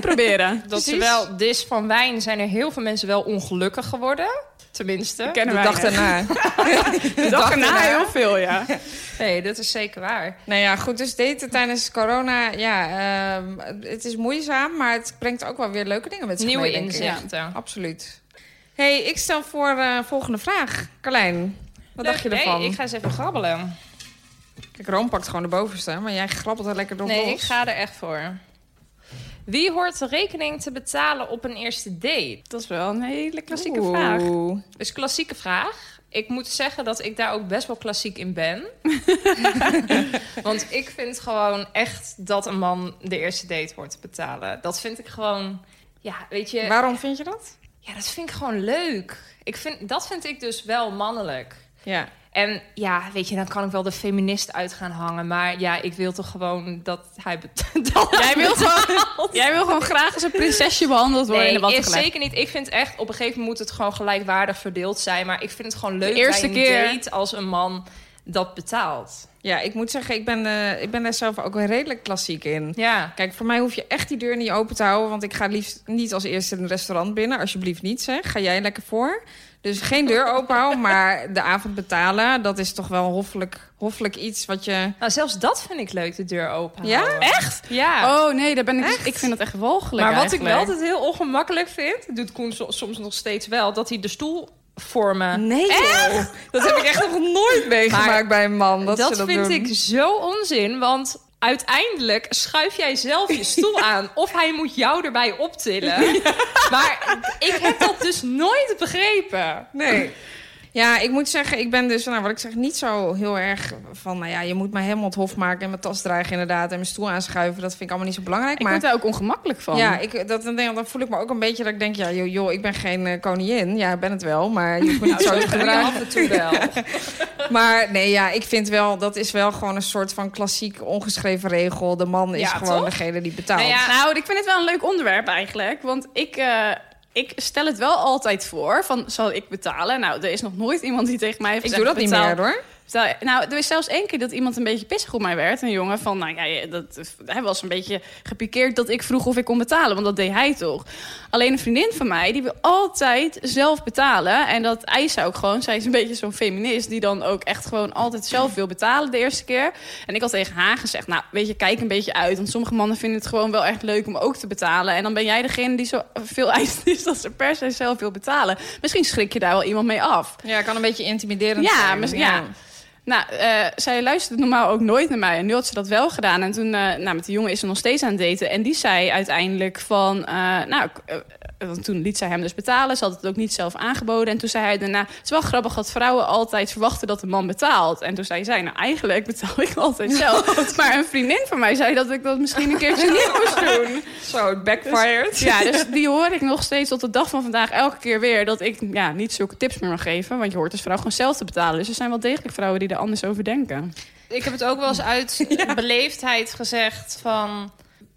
[SPEAKER 6] proberen.
[SPEAKER 4] Dat
[SPEAKER 5] precies.
[SPEAKER 4] zowel dis van wijn zijn er heel veel mensen wel ongelukkig geworden. Tenminste.
[SPEAKER 6] Kennen
[SPEAKER 5] De
[SPEAKER 6] wij,
[SPEAKER 5] dag
[SPEAKER 6] hè?
[SPEAKER 5] daarna.
[SPEAKER 6] De dag erna heel veel, ja.
[SPEAKER 4] Nee, dat is zeker waar.
[SPEAKER 5] Nou ja, goed, dus daten tijdens corona, ja, ehm, het is moeizaam, maar het brengt ook wel weer leuke dingen met zich
[SPEAKER 4] Nieuwe
[SPEAKER 5] mee, denk ik.
[SPEAKER 4] inzichten.
[SPEAKER 5] Ja, absoluut. hey, ik stel voor eh, volgende vraag. Carlijn, wat dacht je
[SPEAKER 4] Leuk.
[SPEAKER 5] ervan?
[SPEAKER 4] Nee, ik ga eens even grabbelen.
[SPEAKER 5] Kijk, Room pakt gewoon de bovenste, maar jij grabbelt er lekker door
[SPEAKER 4] Nee,
[SPEAKER 5] los.
[SPEAKER 4] ik ga er echt voor. Wie hoort de rekening te betalen op een eerste date?
[SPEAKER 6] Dat is wel een hele klassieke
[SPEAKER 5] Oeh.
[SPEAKER 6] vraag.
[SPEAKER 4] Dus klassieke vraag. Ik moet zeggen dat ik daar ook best wel klassiek in ben. Want ik vind gewoon echt dat een man de eerste date hoort te betalen. Dat vind ik gewoon, ja, weet je,
[SPEAKER 5] Waarom vind je dat?
[SPEAKER 4] ja, dat vind ik gewoon leuk. Ik vind, dat vind ik dus wel mannelijk.
[SPEAKER 5] Ja.
[SPEAKER 4] En ja, weet je, dan kan ik wel de feminist uit gaan hangen. Maar ja, ik wil toch gewoon dat hij betaalt.
[SPEAKER 6] Jij wil, gewoon, jij wil gewoon graag als een prinsesje behandeld worden in de
[SPEAKER 4] Nee, is
[SPEAKER 6] wattengeleg.
[SPEAKER 4] zeker niet. Ik vind echt, op een gegeven moment moet het gewoon gelijkwaardig verdeeld zijn. Maar ik vind het gewoon leuk
[SPEAKER 6] eerste
[SPEAKER 4] bij een
[SPEAKER 6] keer.
[SPEAKER 4] date als een man dat betaalt.
[SPEAKER 5] Ja, ik moet zeggen, ik ben, eh, ik ben daar zelf ook wel redelijk klassiek in.
[SPEAKER 4] Ja.
[SPEAKER 5] Kijk, voor mij hoef je echt die deur niet open te houden. Want ik ga liefst niet als eerste een restaurant binnen. Alsjeblieft niet, zeg. Ga jij lekker voor. Dus geen deur open houden, maar de avond betalen... dat is toch wel hoffelijk, hoffelijk iets wat je...
[SPEAKER 4] Nou, zelfs dat vind ik leuk, de deur open
[SPEAKER 5] Ja?
[SPEAKER 4] houden. Echt? Ja.
[SPEAKER 6] Oh nee, daar ben ik. dus- ik vind dat echt walgelijk.
[SPEAKER 4] maar wat ik wel
[SPEAKER 6] eigenlijk.
[SPEAKER 4] altijd heel ongemakkelijk vind, doet Koen so- soms nog steeds wel, dat hij de stoel vormen.
[SPEAKER 5] Nee, echt? Dat heb ik echt nog nooit meegemaakt
[SPEAKER 4] Oh, Maar
[SPEAKER 5] bij een man. Dat,
[SPEAKER 4] Dat,
[SPEAKER 5] ze dat
[SPEAKER 4] vind
[SPEAKER 5] doen.
[SPEAKER 4] ik zo onzin, want uiteindelijk schuif jij zelf je stoel aan of hij moet jou erbij optillen. Maar ik heb dat dus nooit begrepen.
[SPEAKER 5] Nee. Ja, ik moet zeggen, ik ben dus, nou wat ik zeg, niet zo heel erg van, nou ja, je moet mij helemaal het hof maken en mijn tas dragen inderdaad en mijn stoel aanschuiven. Dat vind ik allemaal niet zo belangrijk.
[SPEAKER 6] Ik
[SPEAKER 5] maar
[SPEAKER 6] word daar ook ongemakkelijk van.
[SPEAKER 5] Ja, ik, dat, dan, denk, dan voel ik me ook een beetje dat ik denk... ja, joh, joh ik ben geen eh, koningin. Ja, ik ben het wel, maar je hoeft me niet Nou, zo te gedragen.
[SPEAKER 4] af en toe wel.
[SPEAKER 5] Maar nee, ja, ik vind wel... dat is wel gewoon een soort van klassiek ongeschreven regel. De man is
[SPEAKER 4] Ja,
[SPEAKER 5] gewoon
[SPEAKER 4] toch?
[SPEAKER 5] degene die betaalt.
[SPEAKER 4] Nou ja,
[SPEAKER 6] Nou, ik vind het wel een leuk onderwerp eigenlijk. Want ik, eh, ik stel het wel altijd voor van, zal ik betalen? Nou, er is nog nooit iemand die tegen mij heeft
[SPEAKER 5] ik doe
[SPEAKER 6] gezegd,
[SPEAKER 5] dat niet
[SPEAKER 6] betaal-
[SPEAKER 5] meer, hoor.
[SPEAKER 6] betaal- Nou, er is zelfs één keer dat iemand een beetje pissig op mij werd. Een jongen van, nou ja, dat, hij was een beetje gepikeerd dat ik vroeg of ik kon betalen. Want dat deed hij toch. Alleen een vriendin van mij, die wil altijd zelf betalen. En dat eist zij ook gewoon. Zij is een beetje zo'n feminist die dan ook echt gewoon altijd zelf wil betalen de eerste keer. En ik had tegen haar gezegd, nou weet je, kijk een beetje uit. Want sommige mannen vinden het gewoon wel echt leuk om ook te betalen. En dan ben jij degene die zo veel eist is dat ze per se zelf wil betalen. Misschien schrik je daar wel iemand mee af.
[SPEAKER 5] Ja, kan een beetje intimiderend
[SPEAKER 6] Ja,
[SPEAKER 5] zijn.
[SPEAKER 6] misschien- ja. Nou, eh, zij luisterde normaal ook nooit naar mij. En nu had ze dat wel gedaan. En toen, eh, nou, met die jongen is ze nog steeds aan het daten. En die zei uiteindelijk van, eh, nou, ik- eh, want toen liet zij hem dus betalen. Ze had het ook niet zelf aangeboden. En toen zei hij daarna, het is wel grappig dat vrouwen altijd verwachten dat de man betaalt. En toen zei zij, nou, eigenlijk betaal ik altijd zelf. maar een vriendin van mij zei dat ik dat misschien een keertje niet moest doen.
[SPEAKER 5] Zo, het backfired.
[SPEAKER 6] Ja, dus die hoor ik nog steeds tot de dag van vandaag elke keer weer. Dat ik ja, niet zulke tips meer mag geven. Want je hoort dus vrouw gewoon zelf te betalen. Dus er zijn wel degelijk vrouwen die er anders over denken.
[SPEAKER 4] Ik heb het ook wel eens uit beleefdheid gezegd van...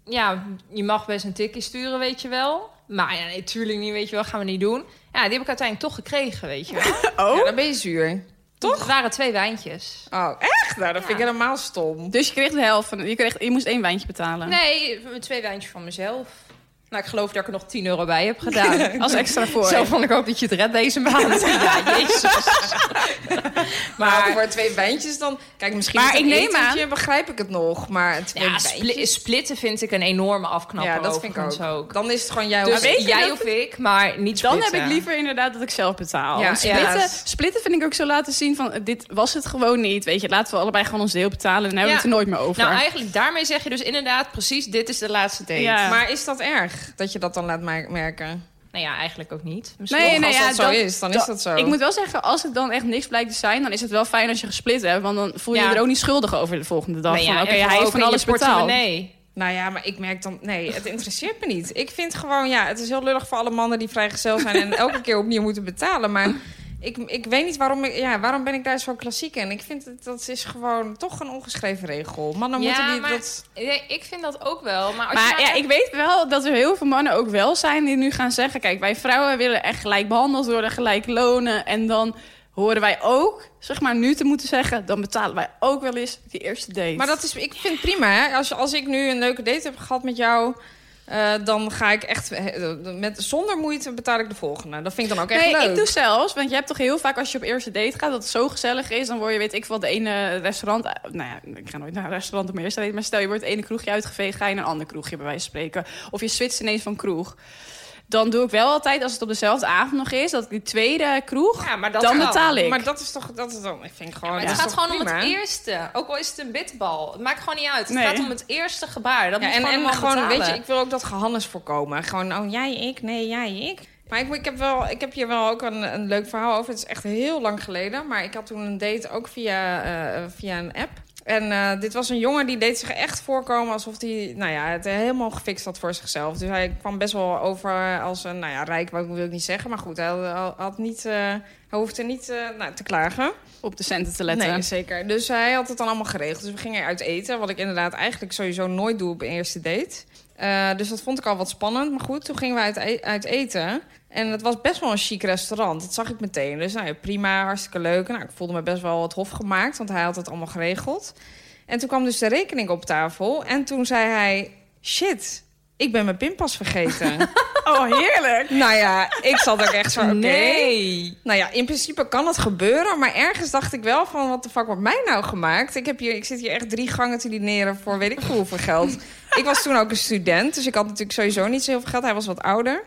[SPEAKER 4] Ja, je mag best een tikkie sturen, weet je wel. Maar ja, natuurlijk niet, weet je wel, gaan we niet doen. Ja, die heb ik uiteindelijk toch gekregen, weet je wel.
[SPEAKER 5] Oh? Ja, dan ben je zuur.
[SPEAKER 4] Toch? Het waren twee wijntjes.
[SPEAKER 5] Oh, echt? Nou, dat vind ik helemaal stom.
[SPEAKER 6] Dus je kreeg de helft van. Je, kreeg, je moest één wijntje betalen.
[SPEAKER 4] Nee, twee wijntjes van mezelf. Nou, ik geloof dat ik er nog 10 euro bij heb gedaan.
[SPEAKER 6] Als extra voor.
[SPEAKER 4] Zo van, ik hoop dat je het redt deze maand. Ja, jezus.
[SPEAKER 5] Maar
[SPEAKER 4] Maar
[SPEAKER 5] voor twee wijntjes dan... Kijk, misschien
[SPEAKER 6] Maar
[SPEAKER 5] met
[SPEAKER 6] ik
[SPEAKER 5] een
[SPEAKER 6] neem aan-
[SPEAKER 5] etentje begrijp ik het nog. Maar twee
[SPEAKER 4] ja,
[SPEAKER 5] wijntjes...
[SPEAKER 4] spli- splitten vind ik een enorme afknapper
[SPEAKER 5] Ja, dat vind ik
[SPEAKER 4] overigens
[SPEAKER 5] ook. Dan is het gewoon jij
[SPEAKER 4] Dus
[SPEAKER 5] of ik.
[SPEAKER 4] jij of ik, maar niet
[SPEAKER 6] Dan heb
[SPEAKER 4] splitten.
[SPEAKER 6] ik liever inderdaad dat ik zelf betaal.
[SPEAKER 4] Ja,
[SPEAKER 6] Want splitten,
[SPEAKER 5] ja.
[SPEAKER 6] splitten vind ik ook zo laten zien van eh, dit was het gewoon niet. Weet je, laten we allebei gewoon ons deel betalen. Dan hebben we
[SPEAKER 4] Ja.
[SPEAKER 6] het er nooit meer over.
[SPEAKER 4] Nou, eigenlijk daarmee zeg je dus inderdaad precies... dit is de laatste date.
[SPEAKER 6] Ja.
[SPEAKER 5] Maar is dat erg dat je dat dan laat ma- merken?
[SPEAKER 4] Nou ja, eigenlijk ook niet. Misschien.
[SPEAKER 6] Nee,
[SPEAKER 5] Toch,
[SPEAKER 6] nee,
[SPEAKER 5] als
[SPEAKER 6] ja,
[SPEAKER 5] dat zo is, dan is dat zo.
[SPEAKER 6] Ik moet wel zeggen, als het dan echt niks blijkt te zijn, dan is het wel fijn als je gesplit hebt. Want dan voel je
[SPEAKER 4] Ja.
[SPEAKER 6] je er ook niet schuldig over de volgende dag.
[SPEAKER 4] Nee,
[SPEAKER 6] van,
[SPEAKER 4] ja,
[SPEAKER 6] Oké,
[SPEAKER 4] en
[SPEAKER 6] hij
[SPEAKER 4] vooral
[SPEAKER 6] heeft
[SPEAKER 4] ook
[SPEAKER 6] van
[SPEAKER 4] in je
[SPEAKER 6] alles betaald.
[SPEAKER 4] portemonnee.
[SPEAKER 5] Nou ja, maar ik merk dan... Nee, het interesseert me niet. Ik vind gewoon... Ja, het is heel lullig voor alle mannen die vrijgezel zijn... en elke keer opnieuw moeten betalen. Maar ik, ik weet niet waarom... Ik, ja, waarom ben ik daar zo klassiek in? Ik vind dat, dat is gewoon toch een ongeschreven regel. Mannen
[SPEAKER 4] Ja,
[SPEAKER 5] moeten die...
[SPEAKER 4] maar-
[SPEAKER 5] Dat,
[SPEAKER 4] Nee, ik vind dat ook wel. Maar, als
[SPEAKER 6] Maar
[SPEAKER 4] je
[SPEAKER 6] ja,
[SPEAKER 4] nou-
[SPEAKER 6] ik weet wel dat er heel veel mannen ook wel zijn die nu gaan zeggen... kijk, wij vrouwen willen echt gelijk behandeld worden, gelijk lonen. En dan horen wij ook, zeg maar nu te moeten zeggen... dan betalen wij ook wel eens die eerste date.
[SPEAKER 5] maar dat is... Ik vind het prima, hè? Als, als ik nu een leuke date heb gehad met jou... eh, dan ga ik echt... eh, Met, zonder moeite betaal ik de volgende. Dat vind ik dan ook echt
[SPEAKER 6] Nee,
[SPEAKER 5] leuk.
[SPEAKER 6] ik doe zelfs, want je hebt toch heel vaak als je op eerste date gaat... dat het zo gezellig is, dan word je, weet ik wel, de ene restaurant... Nou ja, ik ga nooit naar een restaurant op mijn eerste date... maar stel je wordt het ene kroegje uitgeveegd, ga je naar een ander kroegje bij wijze van spreken. Of je switcht ineens van kroeg. Dan doe ik wel altijd, als het op dezelfde avond nog is... dat ik die tweede kroeg,
[SPEAKER 4] Ja, maar dat
[SPEAKER 6] dan
[SPEAKER 4] kan.
[SPEAKER 6] betaal ik.
[SPEAKER 5] Maar dat is toch, dat is dan, ik vind gewoon.
[SPEAKER 4] Maar
[SPEAKER 5] dat
[SPEAKER 4] het
[SPEAKER 5] is
[SPEAKER 4] gaat
[SPEAKER 5] toch
[SPEAKER 4] gewoon om
[SPEAKER 5] prima?
[SPEAKER 4] het eerste. Ook al is het een bitbal. Het maakt gewoon niet uit. Het
[SPEAKER 6] Nee.
[SPEAKER 4] gaat om het eerste gebaar. Dat
[SPEAKER 5] Ja,
[SPEAKER 4] moet
[SPEAKER 5] en
[SPEAKER 4] gewoon
[SPEAKER 5] en
[SPEAKER 4] iemand
[SPEAKER 5] gewoon,
[SPEAKER 4] betalen.
[SPEAKER 5] weet je, ik wil ook dat gehannes voorkomen. Gewoon, oh jij, ik, nee, jij, ik. Maar ik, moet- ik, heb, wel, ik heb hier wel ook een, een leuk verhaal over. Het is echt heel lang geleden. Maar ik had toen een date ook via, eh, via een app. En eh, dit was een jongen die deed zich echt voorkomen alsof hij nou ja, het helemaal gefixt had voor zichzelf. Dus hij kwam best wel over als een, nou ja, rijk wil ik niet zeggen. Maar goed, hij, had, had niet, eh, hij hoefde niet eh, nou, te klagen.
[SPEAKER 6] op de centen te letten.
[SPEAKER 5] Nee, zeker. Dus hij had het dan allemaal geregeld. Dus we gingen uit eten, wat ik inderdaad eigenlijk sowieso nooit doe op een eerste date. Eh, dus dat vond ik al wat spannend. Maar goed, toen gingen we uit, e- uit eten. En het was best wel een chic restaurant. Dat zag ik meteen. Dus nou ja, prima, hartstikke leuk. Nou, ik voelde me best wel wat hof gemaakt, want hij had het allemaal geregeld. En toen kwam dus de rekening op tafel. En toen zei hij: Shit, ik ben mijn pinpas vergeten.
[SPEAKER 6] Oh, heerlijk.
[SPEAKER 5] nou ja, ik zat ook echt zo: Oké.
[SPEAKER 4] Nee.
[SPEAKER 5] Nou ja, in principe kan dat gebeuren. Maar ergens dacht ik wel van, wat de fuck wordt mij nou gemaakt? Ik, heb hier, ik zit hier echt drie gangen te dineren voor weet ik veel hoeveel geld. ik was toen ook een student, dus ik had natuurlijk sowieso niet zo heel veel geld. Hij was wat ouder.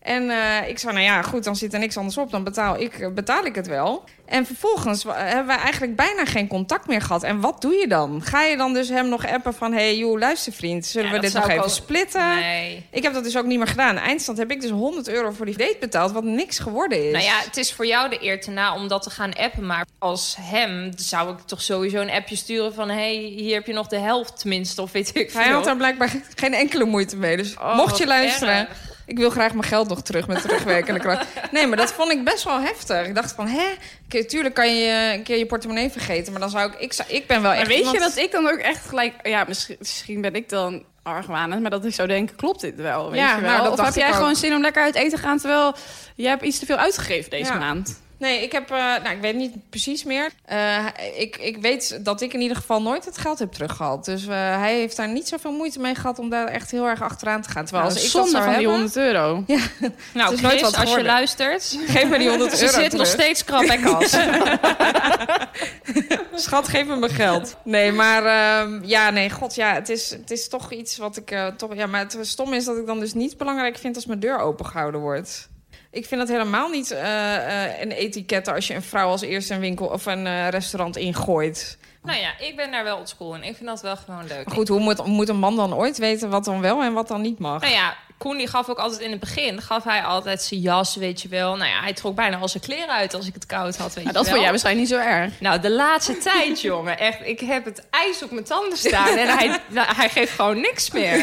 [SPEAKER 5] En eh, ik zei, nou ja, goed, dan zit er niks anders op. Dan betaal ik, eh, betaal ik het wel. En vervolgens wa- hebben we eigenlijk bijna geen contact meer gehad. En wat doe je dan? Ga je dan dus hem nog appen van... hey, joh, luister vriend, zullen
[SPEAKER 4] Ja,
[SPEAKER 5] we
[SPEAKER 4] dat
[SPEAKER 5] dit
[SPEAKER 4] zou
[SPEAKER 5] nog
[SPEAKER 4] ik
[SPEAKER 5] even
[SPEAKER 4] ook-
[SPEAKER 5] splitten?
[SPEAKER 4] Nee.
[SPEAKER 5] Ik heb dat dus ook niet meer gedaan. Eindstand heb ik dus 100 euro voor die date betaald... wat niks geworden is.
[SPEAKER 4] Nou ja, het is voor jou de eer te na om dat te gaan appen. Maar als hem zou ik toch sowieso een appje sturen van... hey, hier heb je nog de helft tenminste, of weet ik veel.
[SPEAKER 5] Hij had daar blijkbaar geen enkele moeite mee. Dus
[SPEAKER 4] Oh,
[SPEAKER 5] mocht je
[SPEAKER 4] wat
[SPEAKER 5] luisteren,
[SPEAKER 4] erg.
[SPEAKER 5] ik wil graag mijn geld nog terug met terugwerkende kracht. Nee, maar dat vond ik best wel heftig. Ik dacht van, hè, Oké, tuurlijk kan je een keer je portemonnee vergeten. Maar dan zou ik, ik, zou, ik ben wel
[SPEAKER 6] Maar
[SPEAKER 5] echt
[SPEAKER 6] weet je
[SPEAKER 5] iemand-
[SPEAKER 6] dat ik dan ook echt gelijk... Ja, misschien, misschien ben ik dan argwanend, maar dat ik zou denken, klopt dit wel? Weet
[SPEAKER 5] Ja,
[SPEAKER 6] je wel?
[SPEAKER 5] nou, dat
[SPEAKER 6] of
[SPEAKER 5] dacht
[SPEAKER 6] heb jij
[SPEAKER 5] ik ook.
[SPEAKER 6] gewoon zin om lekker uit eten te gaan... terwijl jij hebt iets te veel uitgegeven deze
[SPEAKER 5] Ja.
[SPEAKER 6] maand?
[SPEAKER 5] Nee, ik heb, eh, nou, ik weet niet precies meer. Eh, ik, ik weet dat ik in ieder geval nooit het geld heb teruggehad. Dus eh, hij heeft daar niet zoveel moeite mee gehad om daar echt heel erg achteraan te gaan. Terwijl
[SPEAKER 6] Nou,
[SPEAKER 5] als ik
[SPEAKER 6] zonde
[SPEAKER 5] dat
[SPEAKER 6] van
[SPEAKER 5] zou
[SPEAKER 6] die
[SPEAKER 5] hebben,
[SPEAKER 6] 100 euro.
[SPEAKER 4] Nou,
[SPEAKER 5] het is nooit
[SPEAKER 4] Chris,
[SPEAKER 5] wat
[SPEAKER 4] als je
[SPEAKER 5] geworden.
[SPEAKER 4] luistert...
[SPEAKER 5] geef me die 100 euro
[SPEAKER 4] Ze zit nog
[SPEAKER 5] terug.
[SPEAKER 4] steeds krap bij kas.
[SPEAKER 5] Schat, geef me mijn geld. Nee, maar ehm, ja, nee, god, ja, het is, het is toch iets wat ik eh, toch, ja, maar het stom is dat ik dan dus niet belangrijk vind als mijn deur opengehouden wordt. Ik vind dat helemaal niet eh, eh, een etiket als je een vrouw als eerste een winkel of een eh, restaurant ingooit.
[SPEAKER 4] nou ja, ik ben daar wel op school en ik vind dat wel gewoon leuk.
[SPEAKER 5] Maar goed, hoe moet, moet een man dan ooit weten wat dan wel en wat dan niet mag?
[SPEAKER 4] Nou ja, Koen die gaf ook altijd in het begin, gaf hij altijd zijn jas, weet je wel. Nou ja, hij trok bijna al zijn kleren uit als ik het koud had, weet
[SPEAKER 6] Maar
[SPEAKER 4] je
[SPEAKER 6] Nou, dat
[SPEAKER 4] wel.
[SPEAKER 6] vond jij waarschijnlijk niet zo erg.
[SPEAKER 4] Nou, de laatste tijd, jongen. Echt, ik heb het ijs op mijn tanden staan. En hij, nou, hij geeft gewoon niks meer.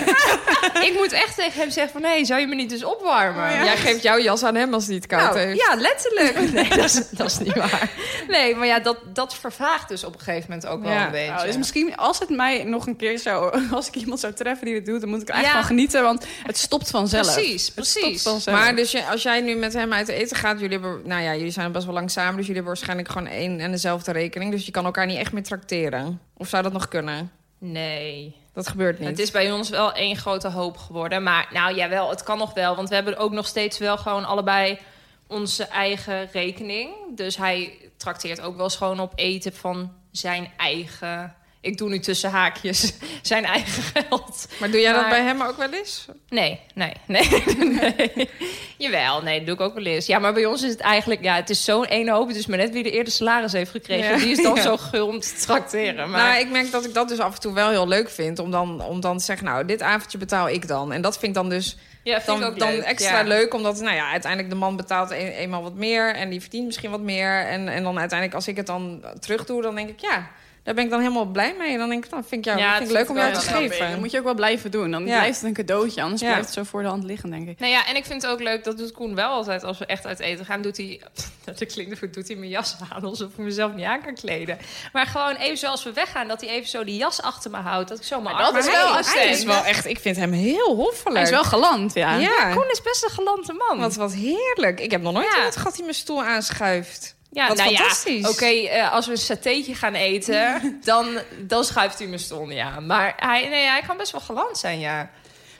[SPEAKER 4] ik moet echt tegen hem zeggen van... Hé, zou je me niet eens opwarmen?
[SPEAKER 6] Oh
[SPEAKER 5] Jij geeft jouw jas aan hem als hij het koud
[SPEAKER 4] Nou,
[SPEAKER 5] heeft.
[SPEAKER 4] ja, letterlijk. Nee, dat is, dat is niet waar. Nee, maar ja, dat, dat vervaagt dus op een gegeven moment ook wel
[SPEAKER 5] Ja.
[SPEAKER 4] een beetje.
[SPEAKER 6] Nou, dus misschien als het mij nog een keer zou... Als ik iemand zou treffen die dit doet, dan moet ik er echt
[SPEAKER 4] Ja.
[SPEAKER 6] van genieten. Want het stopt vanzelf.
[SPEAKER 4] Precies,
[SPEAKER 6] Het
[SPEAKER 4] precies.
[SPEAKER 6] stopt vanzelf.
[SPEAKER 5] Maar dus je- als jij nu met hem uit eten gaat, jullie hebben, nou ja, jullie zijn best wel lang samen, dus jullie hebben waarschijnlijk gewoon één en dezelfde rekening, dus je kan elkaar niet echt meer tracteren. Of zou dat nog kunnen?
[SPEAKER 4] Nee.
[SPEAKER 5] Dat gebeurt niet.
[SPEAKER 4] Het is bij ons wel één grote hoop geworden. Maar nou jawel, het kan nog wel. Want we hebben ook nog steeds wel gewoon allebei onze eigen rekening. Dus hij trakteert ook wel eens gewoon op eten van zijn eigen... Ik doe nu tussen haakjes zijn eigen geld.
[SPEAKER 5] Maar doe jij dat
[SPEAKER 4] Maar-
[SPEAKER 5] bij hem ook wel eens?
[SPEAKER 4] Nee, nee, nee, nee. Jawel, nee, dat doe ik ook wel eens. Ja, maar bij ons is het eigenlijk... Ja, het is zo'n ene hoop. Het is maar net wie de eerder salaris heeft gekregen.
[SPEAKER 5] Ja.
[SPEAKER 4] Die is dan
[SPEAKER 5] Ja.
[SPEAKER 4] zo gul om te trakteren. Maar...
[SPEAKER 5] Nou, ik merk dat ik dat dus af en toe wel heel leuk vind. Om dan, om dan te zeggen, nou, dit avondje betaal ik dan. En dat vind ik dan dus
[SPEAKER 4] ja,
[SPEAKER 5] dan, dan extra
[SPEAKER 4] ja.
[SPEAKER 5] leuk. Omdat, nou ja, uiteindelijk de man betaalt een- eenmaal wat meer. En die verdient misschien wat meer. En, en dan uiteindelijk, als ik het dan terug doe, dan denk ik, ja, daar ben ik dan helemaal blij mee. En dan denk ik, nou, vind ik, jou,
[SPEAKER 4] Ja,
[SPEAKER 5] vind ik
[SPEAKER 4] het
[SPEAKER 5] leuk om
[SPEAKER 4] wel
[SPEAKER 5] jou te
[SPEAKER 4] heel
[SPEAKER 5] geven.
[SPEAKER 6] Dat moet je ook wel blijven doen. Dan
[SPEAKER 5] Ja.
[SPEAKER 6] blijft het een cadeautje. Anders
[SPEAKER 5] Ja.
[SPEAKER 6] blijft het zo voor de hand liggen, denk ik.
[SPEAKER 4] Nou ja, en ik vind het ook leuk, dat doet Koen wel altijd als we echt uit eten gaan. Doet hij, dat klinkt ervoor, doet hij mijn jas aan, alsof ik mezelf niet aan kan kleden. Maar gewoon even zoals we weggaan, dat hij even zo die jas achter me houdt. Dat ik zo mijn
[SPEAKER 6] Maar dat
[SPEAKER 4] armen
[SPEAKER 6] is wel
[SPEAKER 4] heen
[SPEAKER 5] hij, hij
[SPEAKER 4] steek.
[SPEAKER 5] is wel echt, ik vind hem heel hoffelijk.
[SPEAKER 6] Hij is wel geland, ja.
[SPEAKER 5] ja.
[SPEAKER 4] Koen is best een galante man.
[SPEAKER 5] Wat, wat heerlijk. Ik heb nog nooit
[SPEAKER 4] Ja.
[SPEAKER 5] iemand gehad die mijn stoel aanschuift.
[SPEAKER 4] ja,
[SPEAKER 5] wat
[SPEAKER 4] nou ja,
[SPEAKER 5] fantastisch.
[SPEAKER 4] Oké, eh, als we een satéetje gaan eten, dan, dan schuift hij mijn stoel niet aan. Maar hij, nee, hij kan best wel galant zijn, ja.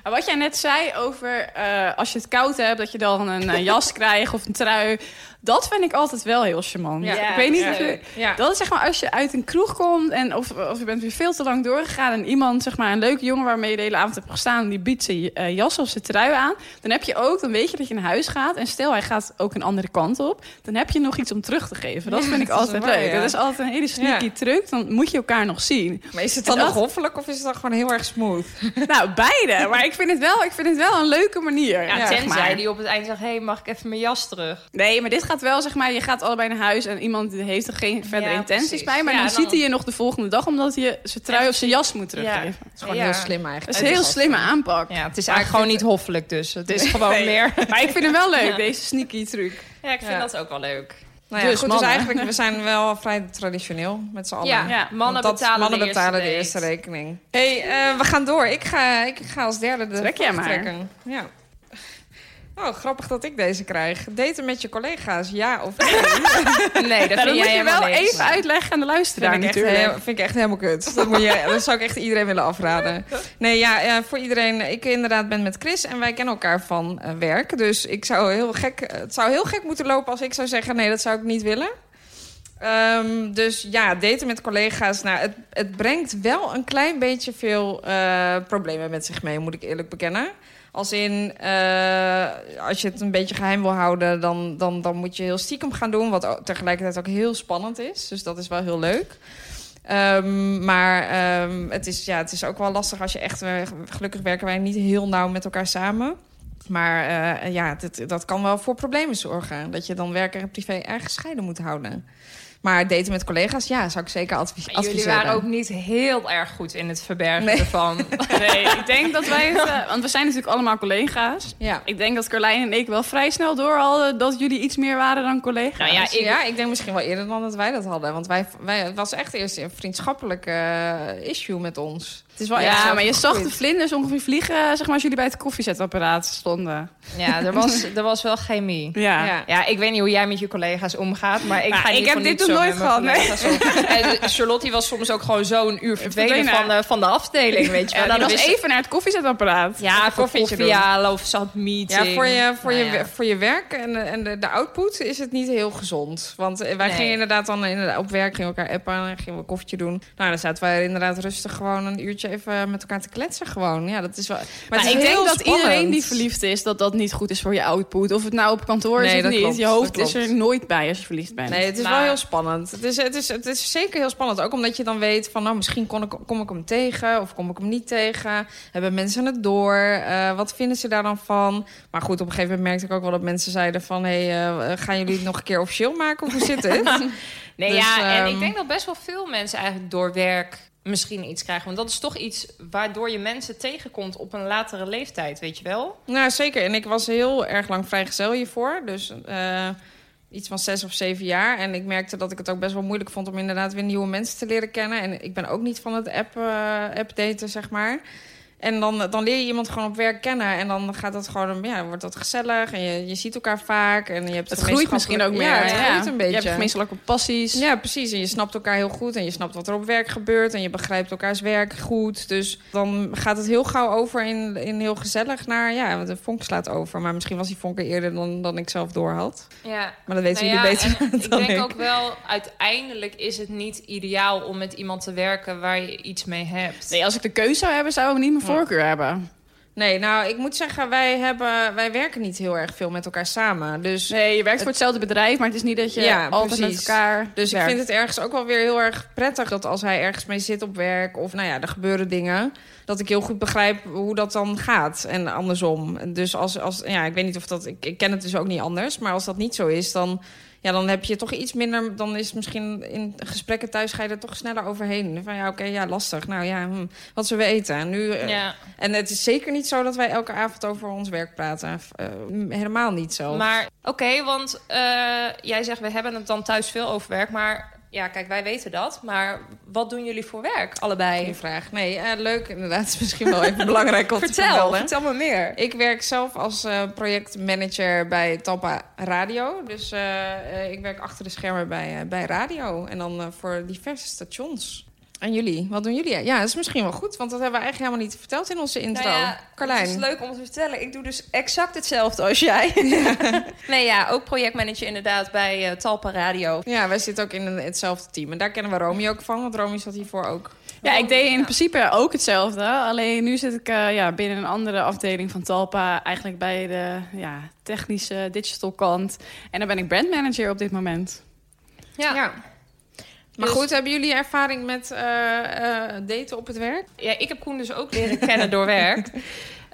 [SPEAKER 6] Maar wat jij net zei over eh, als je het koud hebt, dat je dan een eh, jas krijgt of een trui. Dat vind ik altijd wel heel charmant.
[SPEAKER 4] Ja,
[SPEAKER 6] ik weet niet
[SPEAKER 4] dat
[SPEAKER 6] of
[SPEAKER 4] is
[SPEAKER 6] je...
[SPEAKER 4] leuk.
[SPEAKER 5] Ja.
[SPEAKER 6] Dat is zeg maar als je uit een kroeg komt en of, of je bent weer veel te lang doorgegaan en iemand, zeg maar een leuke jongen waarmee je de hele avond hebt gestaan, die biedt zijn eh, jas of zijn trui aan. Dan heb je ook, dan weet je dat je naar huis gaat en stel hij gaat ook een andere kant op, dan heb je nog iets om terug te geven. Dat
[SPEAKER 5] Ja,
[SPEAKER 6] vind ik
[SPEAKER 5] dat is
[SPEAKER 6] altijd
[SPEAKER 5] waar,
[SPEAKER 6] leuk.
[SPEAKER 5] ja.
[SPEAKER 6] Dat is altijd een hele sneaky
[SPEAKER 5] Ja.
[SPEAKER 6] truc, dan moet je elkaar nog zien.
[SPEAKER 5] Maar is het
[SPEAKER 6] En
[SPEAKER 5] dan nog
[SPEAKER 6] dat-
[SPEAKER 5] hoffelijk of is het dan gewoon heel erg smooth?
[SPEAKER 6] nou, beide. Maar ik vind het wel, ik vind het wel een leuke manier.
[SPEAKER 4] ja,
[SPEAKER 6] zeg maar.
[SPEAKER 4] tenzij die op het eind zegt, hé, hey, mag ik even mijn jas terug?
[SPEAKER 6] Nee, maar dit gaat wel, zeg maar, je gaat allebei naar huis en iemand heeft er geen verdere
[SPEAKER 4] Ja,
[SPEAKER 6] intenties
[SPEAKER 4] precies.
[SPEAKER 6] bij. Maar
[SPEAKER 4] Ja,
[SPEAKER 6] dan
[SPEAKER 4] dan-
[SPEAKER 6] ziet hij je nog de volgende dag omdat je zijn trui of zijn jas moet teruggeven.
[SPEAKER 5] Het is gewoon heel slim eigenlijk.
[SPEAKER 6] Dat is een heel slimme aanpak.
[SPEAKER 4] Ja, het is eigenlijk gewoon niet hoffelijk dus. Het is gewoon meer...
[SPEAKER 6] Maar ik vind hem wel leuk, deze sneaky truc.
[SPEAKER 4] Ja, ik vind
[SPEAKER 5] Ja.
[SPEAKER 4] dat ook wel leuk.
[SPEAKER 5] Nou ja,
[SPEAKER 6] Dus
[SPEAKER 5] goed,
[SPEAKER 6] mannen.
[SPEAKER 5] dus eigenlijk, we zijn wel vrij traditioneel met z'n allen.
[SPEAKER 4] Ja,
[SPEAKER 6] Ja,
[SPEAKER 4] mannen
[SPEAKER 5] Want dat-
[SPEAKER 4] betalen,
[SPEAKER 5] mannen
[SPEAKER 4] de,
[SPEAKER 5] betalen
[SPEAKER 4] eerste
[SPEAKER 5] de eerste rekening. hey, eh, we gaan door. Ik ga, ik ga als derde de
[SPEAKER 6] Trek jij
[SPEAKER 5] vraag
[SPEAKER 6] maar.
[SPEAKER 5] trekken. Ja. Oh, grappig dat ik deze krijg. Daten met je collega's, ja of nee?
[SPEAKER 4] date. Nee, dat
[SPEAKER 6] Nou,
[SPEAKER 4] vind
[SPEAKER 6] dat moet
[SPEAKER 4] jij
[SPEAKER 6] je wel
[SPEAKER 4] helemaal niks.
[SPEAKER 6] even uitleggen aan de
[SPEAKER 5] vind,
[SPEAKER 6] luisteraar
[SPEAKER 5] ik echt,
[SPEAKER 6] natuurlijk.
[SPEAKER 5] heel- vind ik echt helemaal kut. Dat, moet je, dat zou ik echt iedereen willen afraden. Nee, ja, eh, voor iedereen. Ik inderdaad ben met Chris en wij kennen elkaar van eh, werk. Dus ik zou heel gek, eh, het zou heel gek moeten lopen als ik zou zeggen... nee, dat zou ik niet willen. Ehm, dus ja, daten met collega's. Nou, het, het brengt wel een klein beetje veel eh, problemen met zich mee, moet ik eerlijk bekennen. Als in, eh, als je het een beetje geheim wil houden, dan, dan, dan moet je heel stiekem gaan doen. Wat ook- tegelijkertijd ook heel spannend is. Dus dat is wel heel leuk. Ehm, maar ehm, het, is, ja, het is ook wel lastig als je echt... we- Gelukkig werken wij niet heel nauw met elkaar samen. Maar eh, ja, dit, dat kan wel voor problemen zorgen. Dat je dan werk en privé erg gescheiden moet houden. Maar daten met collega's, ja, zou ik zeker advi-
[SPEAKER 4] Maar
[SPEAKER 5] adviseren.
[SPEAKER 4] Jullie waren ook niet heel erg goed in het verbergen
[SPEAKER 5] Nee.
[SPEAKER 4] ervan.
[SPEAKER 6] Nee, ik denk dat wij het... eh, want we zijn natuurlijk allemaal collega's.
[SPEAKER 5] Ja.
[SPEAKER 6] Ik denk dat Carlijn en ik wel vrij snel door hadden dat jullie iets meer waren dan collega's.
[SPEAKER 4] Nou ja, ik-
[SPEAKER 5] ja, ik denk misschien wel eerder dan dat wij dat hadden. Want wij, wij, het was echt eerst een vriendschappelijk eh, issue met ons. Het is wel echt
[SPEAKER 6] ja,
[SPEAKER 5] zo
[SPEAKER 6] maar je zag de
[SPEAKER 5] gegroeid.
[SPEAKER 6] vlinders ongeveer vliegen, zeg maar, als jullie bij het koffiezetapparaat stonden.
[SPEAKER 4] Ja, er was, er was wel chemie.
[SPEAKER 6] Ja.
[SPEAKER 5] Ja.
[SPEAKER 4] Ja, ik weet niet hoe jij met je collega's omgaat, maar ik
[SPEAKER 6] Nou,
[SPEAKER 4] ga in
[SPEAKER 6] ik
[SPEAKER 4] ieder geval
[SPEAKER 6] heb
[SPEAKER 4] niet
[SPEAKER 6] dit nog
[SPEAKER 4] zo
[SPEAKER 6] nooit
[SPEAKER 4] met mijn collega's om. En Charlotte die was soms ook gewoon zo'n uur verdwenen
[SPEAKER 6] Verdwenen.
[SPEAKER 4] van de, van de afdeling, weet je wel. Nou,
[SPEAKER 6] Ja,
[SPEAKER 4] Dan
[SPEAKER 6] die was
[SPEAKER 4] wist-
[SPEAKER 6] even naar het koffiezetapparaat.
[SPEAKER 4] Ja, voor
[SPEAKER 5] koffietje
[SPEAKER 4] koffie
[SPEAKER 5] doen.
[SPEAKER 4] halen of zat meeting.
[SPEAKER 5] Ja, voor je, voor,
[SPEAKER 4] Nou
[SPEAKER 5] je,
[SPEAKER 4] ja.
[SPEAKER 5] voor je werk en, de- en de, de output is het niet heel gezond. Want eh, wij
[SPEAKER 4] Nee.
[SPEAKER 5] gingen inderdaad dan inderdaad op werk, gingen elkaar appen en gingen we een koffietje doen. Nou, dan zaten wij inderdaad rustig gewoon een uurtje even met elkaar te kletsen gewoon. Ja, dat is wel... Maar,
[SPEAKER 6] Maar
[SPEAKER 5] het is
[SPEAKER 6] Nou, ik denk
[SPEAKER 5] heel
[SPEAKER 6] dat
[SPEAKER 5] spannend.
[SPEAKER 6] iedereen die verliefd is, dat dat niet goed is voor je output. Of het nou op kantoor is
[SPEAKER 5] Nee,
[SPEAKER 6] of
[SPEAKER 5] dat
[SPEAKER 6] niet.
[SPEAKER 5] klopt,
[SPEAKER 6] je
[SPEAKER 5] dat
[SPEAKER 6] hoofd
[SPEAKER 5] klopt.
[SPEAKER 6] is er nooit bij als je verliefd bent.
[SPEAKER 5] Nee, het is wel heel spannend. Het is, het, is, het is zeker heel spannend. Ook omdat je dan weet van, nou, misschien kon ik, kom ik hem tegen of kom ik hem niet tegen. Hebben mensen het door? Eh, wat vinden ze daar dan van? Maar goed, op een gegeven moment merkte ik ook wel dat mensen zeiden van... hé, hey, eh, gaan jullie het nog een keer officieel maken of hoe zit het?
[SPEAKER 4] Nee,
[SPEAKER 5] Dus,
[SPEAKER 4] ja, en
[SPEAKER 5] ehm,
[SPEAKER 4] ik denk dat best wel veel mensen eigenlijk door werk misschien iets krijgen. Want dat is toch iets waardoor je mensen tegenkomt op een latere leeftijd, weet je wel?
[SPEAKER 5] nou, zeker. En ik was heel erg lang vrijgezel hiervoor. Dus eh, iets van zes of zeven jaar. En ik merkte dat ik het ook best wel moeilijk vond... om inderdaad weer nieuwe mensen te leren kennen. En ik ben ook niet van het app, eh, app-daten, zeg maar. En dan, dan leer je iemand gewoon op werk kennen. En dan gaat dat gewoon, ja, wordt dat gezellig. En je, je ziet elkaar vaak. En je hebt
[SPEAKER 6] Het groeit misschien ook meer.
[SPEAKER 5] Ja, het groeit een beetje.
[SPEAKER 6] Je hebt gemeenschappelijke passies.
[SPEAKER 5] Ja, precies. En je snapt elkaar heel goed. En je snapt wat er op werk gebeurt. En je begrijpt elkaars werk goed. Dus dan gaat het heel gauw over in, in heel gezellig naar... Ja, de vonk slaat over. Maar misschien was die vonk er eerder dan, dan ik zelf door had.
[SPEAKER 4] Ja.
[SPEAKER 5] Maar dat weten
[SPEAKER 4] Nou ja,
[SPEAKER 5] jullie beter
[SPEAKER 4] en
[SPEAKER 5] dan
[SPEAKER 4] ik denk
[SPEAKER 5] ik.
[SPEAKER 4] ook wel, uiteindelijk is het niet ideaal om met iemand te werken waar je iets mee hebt.
[SPEAKER 6] Nee, als ik de keuze zou hebben, zou ik niet mijn voorkeur hebben.
[SPEAKER 5] Nee, nou, ik moet zeggen, wij, hebben, wij werken niet heel erg veel met elkaar samen. Dus
[SPEAKER 6] Nee, je werkt voor hetzelfde bedrijf, maar het is niet dat je
[SPEAKER 5] Ja,
[SPEAKER 6] altijd
[SPEAKER 5] precies.
[SPEAKER 6] met elkaar
[SPEAKER 5] Dus ik
[SPEAKER 6] werkt.
[SPEAKER 5] vind het ergens ook wel weer heel erg prettig dat als hij ergens mee zit op werk of nou ja, er gebeuren dingen, dat ik heel goed begrijp hoe dat dan gaat en andersom. En Dus als, als ja, ik weet niet of dat, ik, ik ken het dus ook niet anders, maar als dat niet zo is, dan, ja, dan heb je toch iets minder, dan is misschien in gesprekken thuis ga je er toch sneller overheen. Van ja, oké, ja, lastig. Nou ja, hm, wat ze weten. En, nu, eh,
[SPEAKER 4] Ja.
[SPEAKER 5] en het is zeker niet zo dat wij elke avond over ons werk praten. Eh, helemaal niet zo.
[SPEAKER 4] Maar oké, want eh, jij zegt we hebben het dan thuis veel over werk, maar ja, kijk, wij weten dat. Maar wat doen jullie voor werk allebei?
[SPEAKER 5] Geen vraag. Nee, eh, leuk inderdaad. Is misschien wel even belangrijk om te
[SPEAKER 4] Vertel,
[SPEAKER 5] vertellen.
[SPEAKER 4] vertel me meer.
[SPEAKER 5] Ik werk zelf als eh, projectmanager bij Tampa Radio. Dus eh, eh, ik werk achter de schermen bij, eh, bij radio. En dan eh, voor diverse stations. En jullie, wat doen jullie? Ja, dat is misschien wel goed, want dat hebben we eigenlijk helemaal niet verteld in onze intro.
[SPEAKER 4] Nou ja,
[SPEAKER 5] Carlijn.
[SPEAKER 4] Het is leuk om te vertellen. Ik doe dus exact hetzelfde als jij. nee, ja, ook projectmanager inderdaad bij eh, Talpa Radio.
[SPEAKER 5] Ja, wij zitten ook in een- hetzelfde team. En daar kennen we Romy ook van, want Romy zat hiervoor ook.
[SPEAKER 6] Ja, ik deed in principe ook hetzelfde. Alleen nu zit ik eh, ja, binnen een andere afdeling van Talpa. Eigenlijk bij de ja, technische digital kant. En dan ben ik brandmanager op dit moment.
[SPEAKER 4] Ja. ja.
[SPEAKER 5] Maar
[SPEAKER 4] Dus-
[SPEAKER 5] goed, hebben jullie ervaring met eh, eh, daten op het werk?
[SPEAKER 4] ik heb Koen dus ook leren kennen door werk.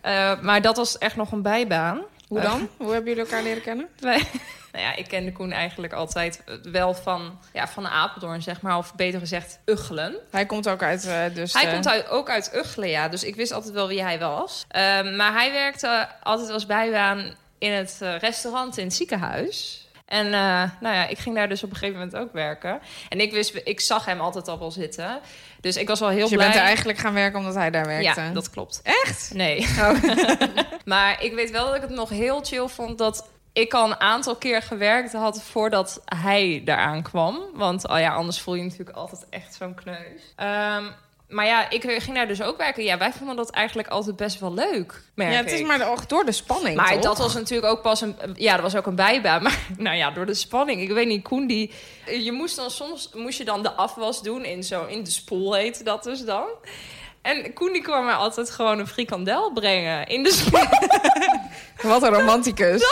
[SPEAKER 4] Eh, maar dat was echt nog een bijbaan.
[SPEAKER 5] Hoe dan? Hoe hebben jullie elkaar leren kennen?
[SPEAKER 4] Wij- nou ja, ik kende Koen eigenlijk altijd eh, wel van, ja, van Apeldoorn, zeg maar. Of beter gezegd, Uggelen.
[SPEAKER 5] Hij komt ook uit eh, dus.
[SPEAKER 4] Hij
[SPEAKER 5] eh,
[SPEAKER 4] komt uit, ook uit Uggelen, ja. Dus ik wist altijd wel wie hij was. Ehm, maar hij werkte altijd als bijbaan in het eh, restaurant in het ziekenhuis. En eh, nou ja, ik ging daar dus op een gegeven moment ook werken. En ik wist, ik zag hem altijd al wel zitten. Dus ik was wel heel
[SPEAKER 5] Dus je
[SPEAKER 4] blij.
[SPEAKER 5] bent er eigenlijk gaan werken omdat hij daar werkte.
[SPEAKER 4] Ja, dat klopt.
[SPEAKER 5] Echt?
[SPEAKER 4] Nee.
[SPEAKER 5] Oh.
[SPEAKER 4] maar ik weet wel dat ik het nog heel chill vond dat ik al een aantal keer gewerkt had voordat hij daaraan kwam. Want oh ja, anders voel je natuurlijk altijd echt zo'n kneus. Ehm, maar ja, ik ging daar dus ook werken. Ja, wij vonden dat eigenlijk altijd best wel leuk. Merk
[SPEAKER 5] Ja, het is
[SPEAKER 4] ik.
[SPEAKER 5] maar ook door de spanning,
[SPEAKER 4] Maar
[SPEAKER 5] toch?
[SPEAKER 4] dat was natuurlijk ook pas een... Ja, dat was ook een bijbaan. Maar nou ja, door de spanning. Ik weet niet, Koen die... Je moest dan soms... Moest je dan de afwas doen in zo... In de spoel heette dat dus dan. En Koen die kwam mij altijd gewoon een frikandel brengen in de spoel.
[SPEAKER 5] Wat een romanticus.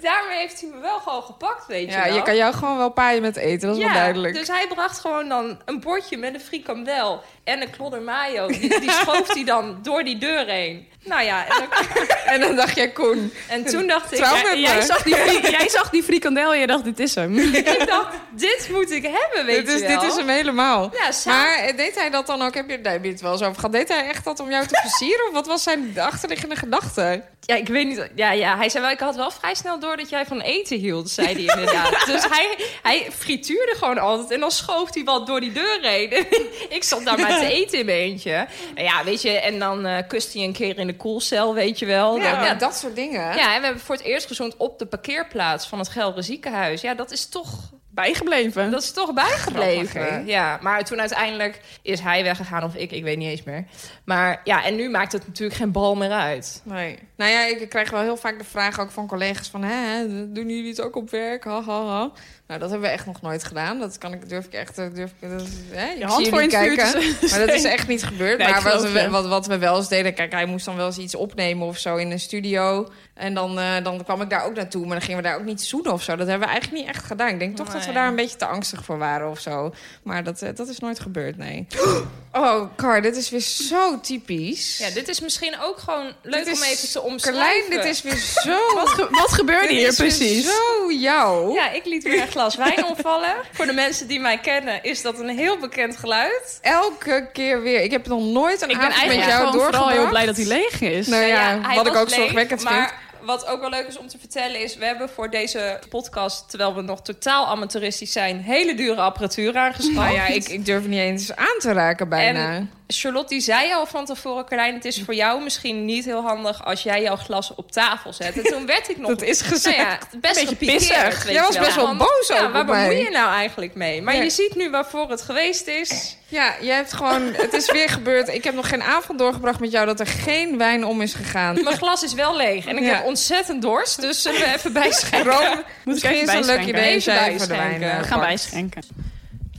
[SPEAKER 4] Daarmee heeft hij me wel gewoon gepakt, weet je
[SPEAKER 5] ja,
[SPEAKER 4] wel.
[SPEAKER 5] je kan jou gewoon wel paaien met eten, dat is wel duidelijk.
[SPEAKER 4] dus hij bracht gewoon dan een bordje met een frikandel en een klodder mayo. Die, die schoof hij dan door die deur heen. Nou ja, en, dan-
[SPEAKER 5] En dan dacht jij, Koen,
[SPEAKER 4] en toen dacht ik...
[SPEAKER 5] Trouw
[SPEAKER 4] ja,
[SPEAKER 5] met
[SPEAKER 4] jij
[SPEAKER 5] me.
[SPEAKER 4] zag-
[SPEAKER 6] Zag die fri- jij zag die frikandel en je dacht, dit is hem.
[SPEAKER 4] ik dacht, dit moet ik hebben, weet
[SPEAKER 5] dit is,
[SPEAKER 4] je wel.
[SPEAKER 5] dit is hem helemaal.
[SPEAKER 4] Ja, samen.
[SPEAKER 5] maar eh, deed hij dat dan ook? Heb je, daar heb je het wel eens over gehad. Deed hij echt dat om jou te plezieren? of wat was zijn achterliggende gedachte?
[SPEAKER 4] Ja, ik weet niet. Ja, ja, hij zei wel, ik had wel vrij snel door dat jij van eten hield, zei hij inderdaad. dus hij, hij frituurde gewoon altijd en dan schoof hij wat door die deur heen. ik zat daar maar te eten in mijn eentje. Nou ja, weet je, en dan eh kust hij een keer in de koelcel, weet je wel.
[SPEAKER 5] Ja,
[SPEAKER 4] Dan- ja,
[SPEAKER 5] dat soort dingen.
[SPEAKER 4] ja, en we hebben voor het eerst gezond op de parkeerplaats van het Gelre ziekenhuis. Ja, dat is toch
[SPEAKER 6] Bijgebleven.
[SPEAKER 4] dat is toch
[SPEAKER 5] Grappig, hè?
[SPEAKER 4] bijgebleven. Ja, maar toen uiteindelijk is hij weggegaan of ik, ik weet niet eens meer. Maar ja, en nu maakt het natuurlijk geen bal meer uit.
[SPEAKER 5] Nee. Nou ja, ik krijg wel heel vaak de vraag ook van collega's van... Hè, doen jullie het ook op werk? Ha, ha, ha. Nou, dat hebben we echt nog nooit gedaan. Dat kan ik, durf ik echt... dat Durf ik, dat, is- hè, ik
[SPEAKER 6] Je
[SPEAKER 5] zie
[SPEAKER 6] hand voor
[SPEAKER 5] jullie
[SPEAKER 6] in het vuur
[SPEAKER 5] kijken.
[SPEAKER 6] te
[SPEAKER 5] Maar dat is
[SPEAKER 6] steken.
[SPEAKER 5] echt niet gebeurd.
[SPEAKER 6] Nee, ik
[SPEAKER 5] maar wat
[SPEAKER 6] geloof
[SPEAKER 5] we,
[SPEAKER 6] je.
[SPEAKER 5] wat, wat we wel eens deden... Kijk, hij moest dan wel eens iets opnemen of zo in een studio. En dan, eh, dan kwam ik daar ook naartoe. Maar dan gingen we daar ook niet zoenen of zo. Dat hebben we eigenlijk niet echt gedaan. Ik denk toch dat we
[SPEAKER 4] Nee.
[SPEAKER 5] daar een beetje te angstig voor waren of zo. Maar dat, eh, dat is nooit gebeurd, nee. Oh, Car, dit is weer zo typisch.
[SPEAKER 4] Ja, dit is misschien ook gewoon leuk
[SPEAKER 5] Dit
[SPEAKER 4] om
[SPEAKER 5] is-
[SPEAKER 4] even te
[SPEAKER 5] Carlijn,
[SPEAKER 4] omschrijven.
[SPEAKER 5] dit is weer zo...
[SPEAKER 6] Wat, ge- wat gebeurde
[SPEAKER 5] Dit
[SPEAKER 6] hier
[SPEAKER 5] is weer
[SPEAKER 6] precies?
[SPEAKER 5] Zo jou.
[SPEAKER 4] Ja, ik liet weer een glas wijn omvallen. Voor de mensen die mij kennen is dat een heel bekend geluid.
[SPEAKER 5] Elke keer weer. Ik heb nog nooit een
[SPEAKER 6] Ik ben
[SPEAKER 5] avond met
[SPEAKER 6] eigenlijk
[SPEAKER 5] jou
[SPEAKER 6] gewoon
[SPEAKER 5] doorgebracht.
[SPEAKER 6] vooral heel blij dat hij leeg is.
[SPEAKER 5] Nou ja,
[SPEAKER 4] hij
[SPEAKER 5] wat ik
[SPEAKER 4] was
[SPEAKER 5] ook
[SPEAKER 4] leeg,
[SPEAKER 5] zorgwekkend
[SPEAKER 4] maar
[SPEAKER 5] vind.
[SPEAKER 4] Wat ook wel leuk is om te vertellen is... we hebben voor deze podcast, terwijl we nog totaal amateuristisch zijn... hele dure apparatuur aangeschaft.
[SPEAKER 5] Nou ja, ik, ik durf niet eens aan te raken bijna.
[SPEAKER 4] En Charlotte die zei al van tevoren... Carlijn, het is voor jou misschien niet heel handig... als jij jouw glas op tafel zet. En toen werd ik nog...
[SPEAKER 5] dat is gezegd.
[SPEAKER 4] nou ja, best
[SPEAKER 6] Beetje
[SPEAKER 4] gepikeerd,
[SPEAKER 6] pissig.
[SPEAKER 4] weet je
[SPEAKER 5] Jij was best wel
[SPEAKER 4] Want,
[SPEAKER 5] boos ook
[SPEAKER 4] ja,
[SPEAKER 5] op
[SPEAKER 4] Waar
[SPEAKER 5] mij.
[SPEAKER 4] bemoei je nou eigenlijk mee? Maar
[SPEAKER 5] Ja.
[SPEAKER 4] je ziet nu waarvoor het geweest is.
[SPEAKER 5] Ja, jij hebt gewoon... Het is weer gebeurd. Ik heb nog geen avond doorgebracht met jou dat er geen wijn om is gegaan.
[SPEAKER 4] Mijn glas is wel leeg. En ik
[SPEAKER 5] Ja.
[SPEAKER 4] heb ontzettend dorst. Dus zullen we even bijschenken?
[SPEAKER 5] Rome, misschien
[SPEAKER 6] even
[SPEAKER 5] is het een leuk
[SPEAKER 6] bijschenken.
[SPEAKER 5] idee als
[SPEAKER 4] Even
[SPEAKER 5] jij even de wijn
[SPEAKER 4] bijschenken.
[SPEAKER 5] eh,
[SPEAKER 6] Gaan
[SPEAKER 5] pakt.
[SPEAKER 6] bijschenken.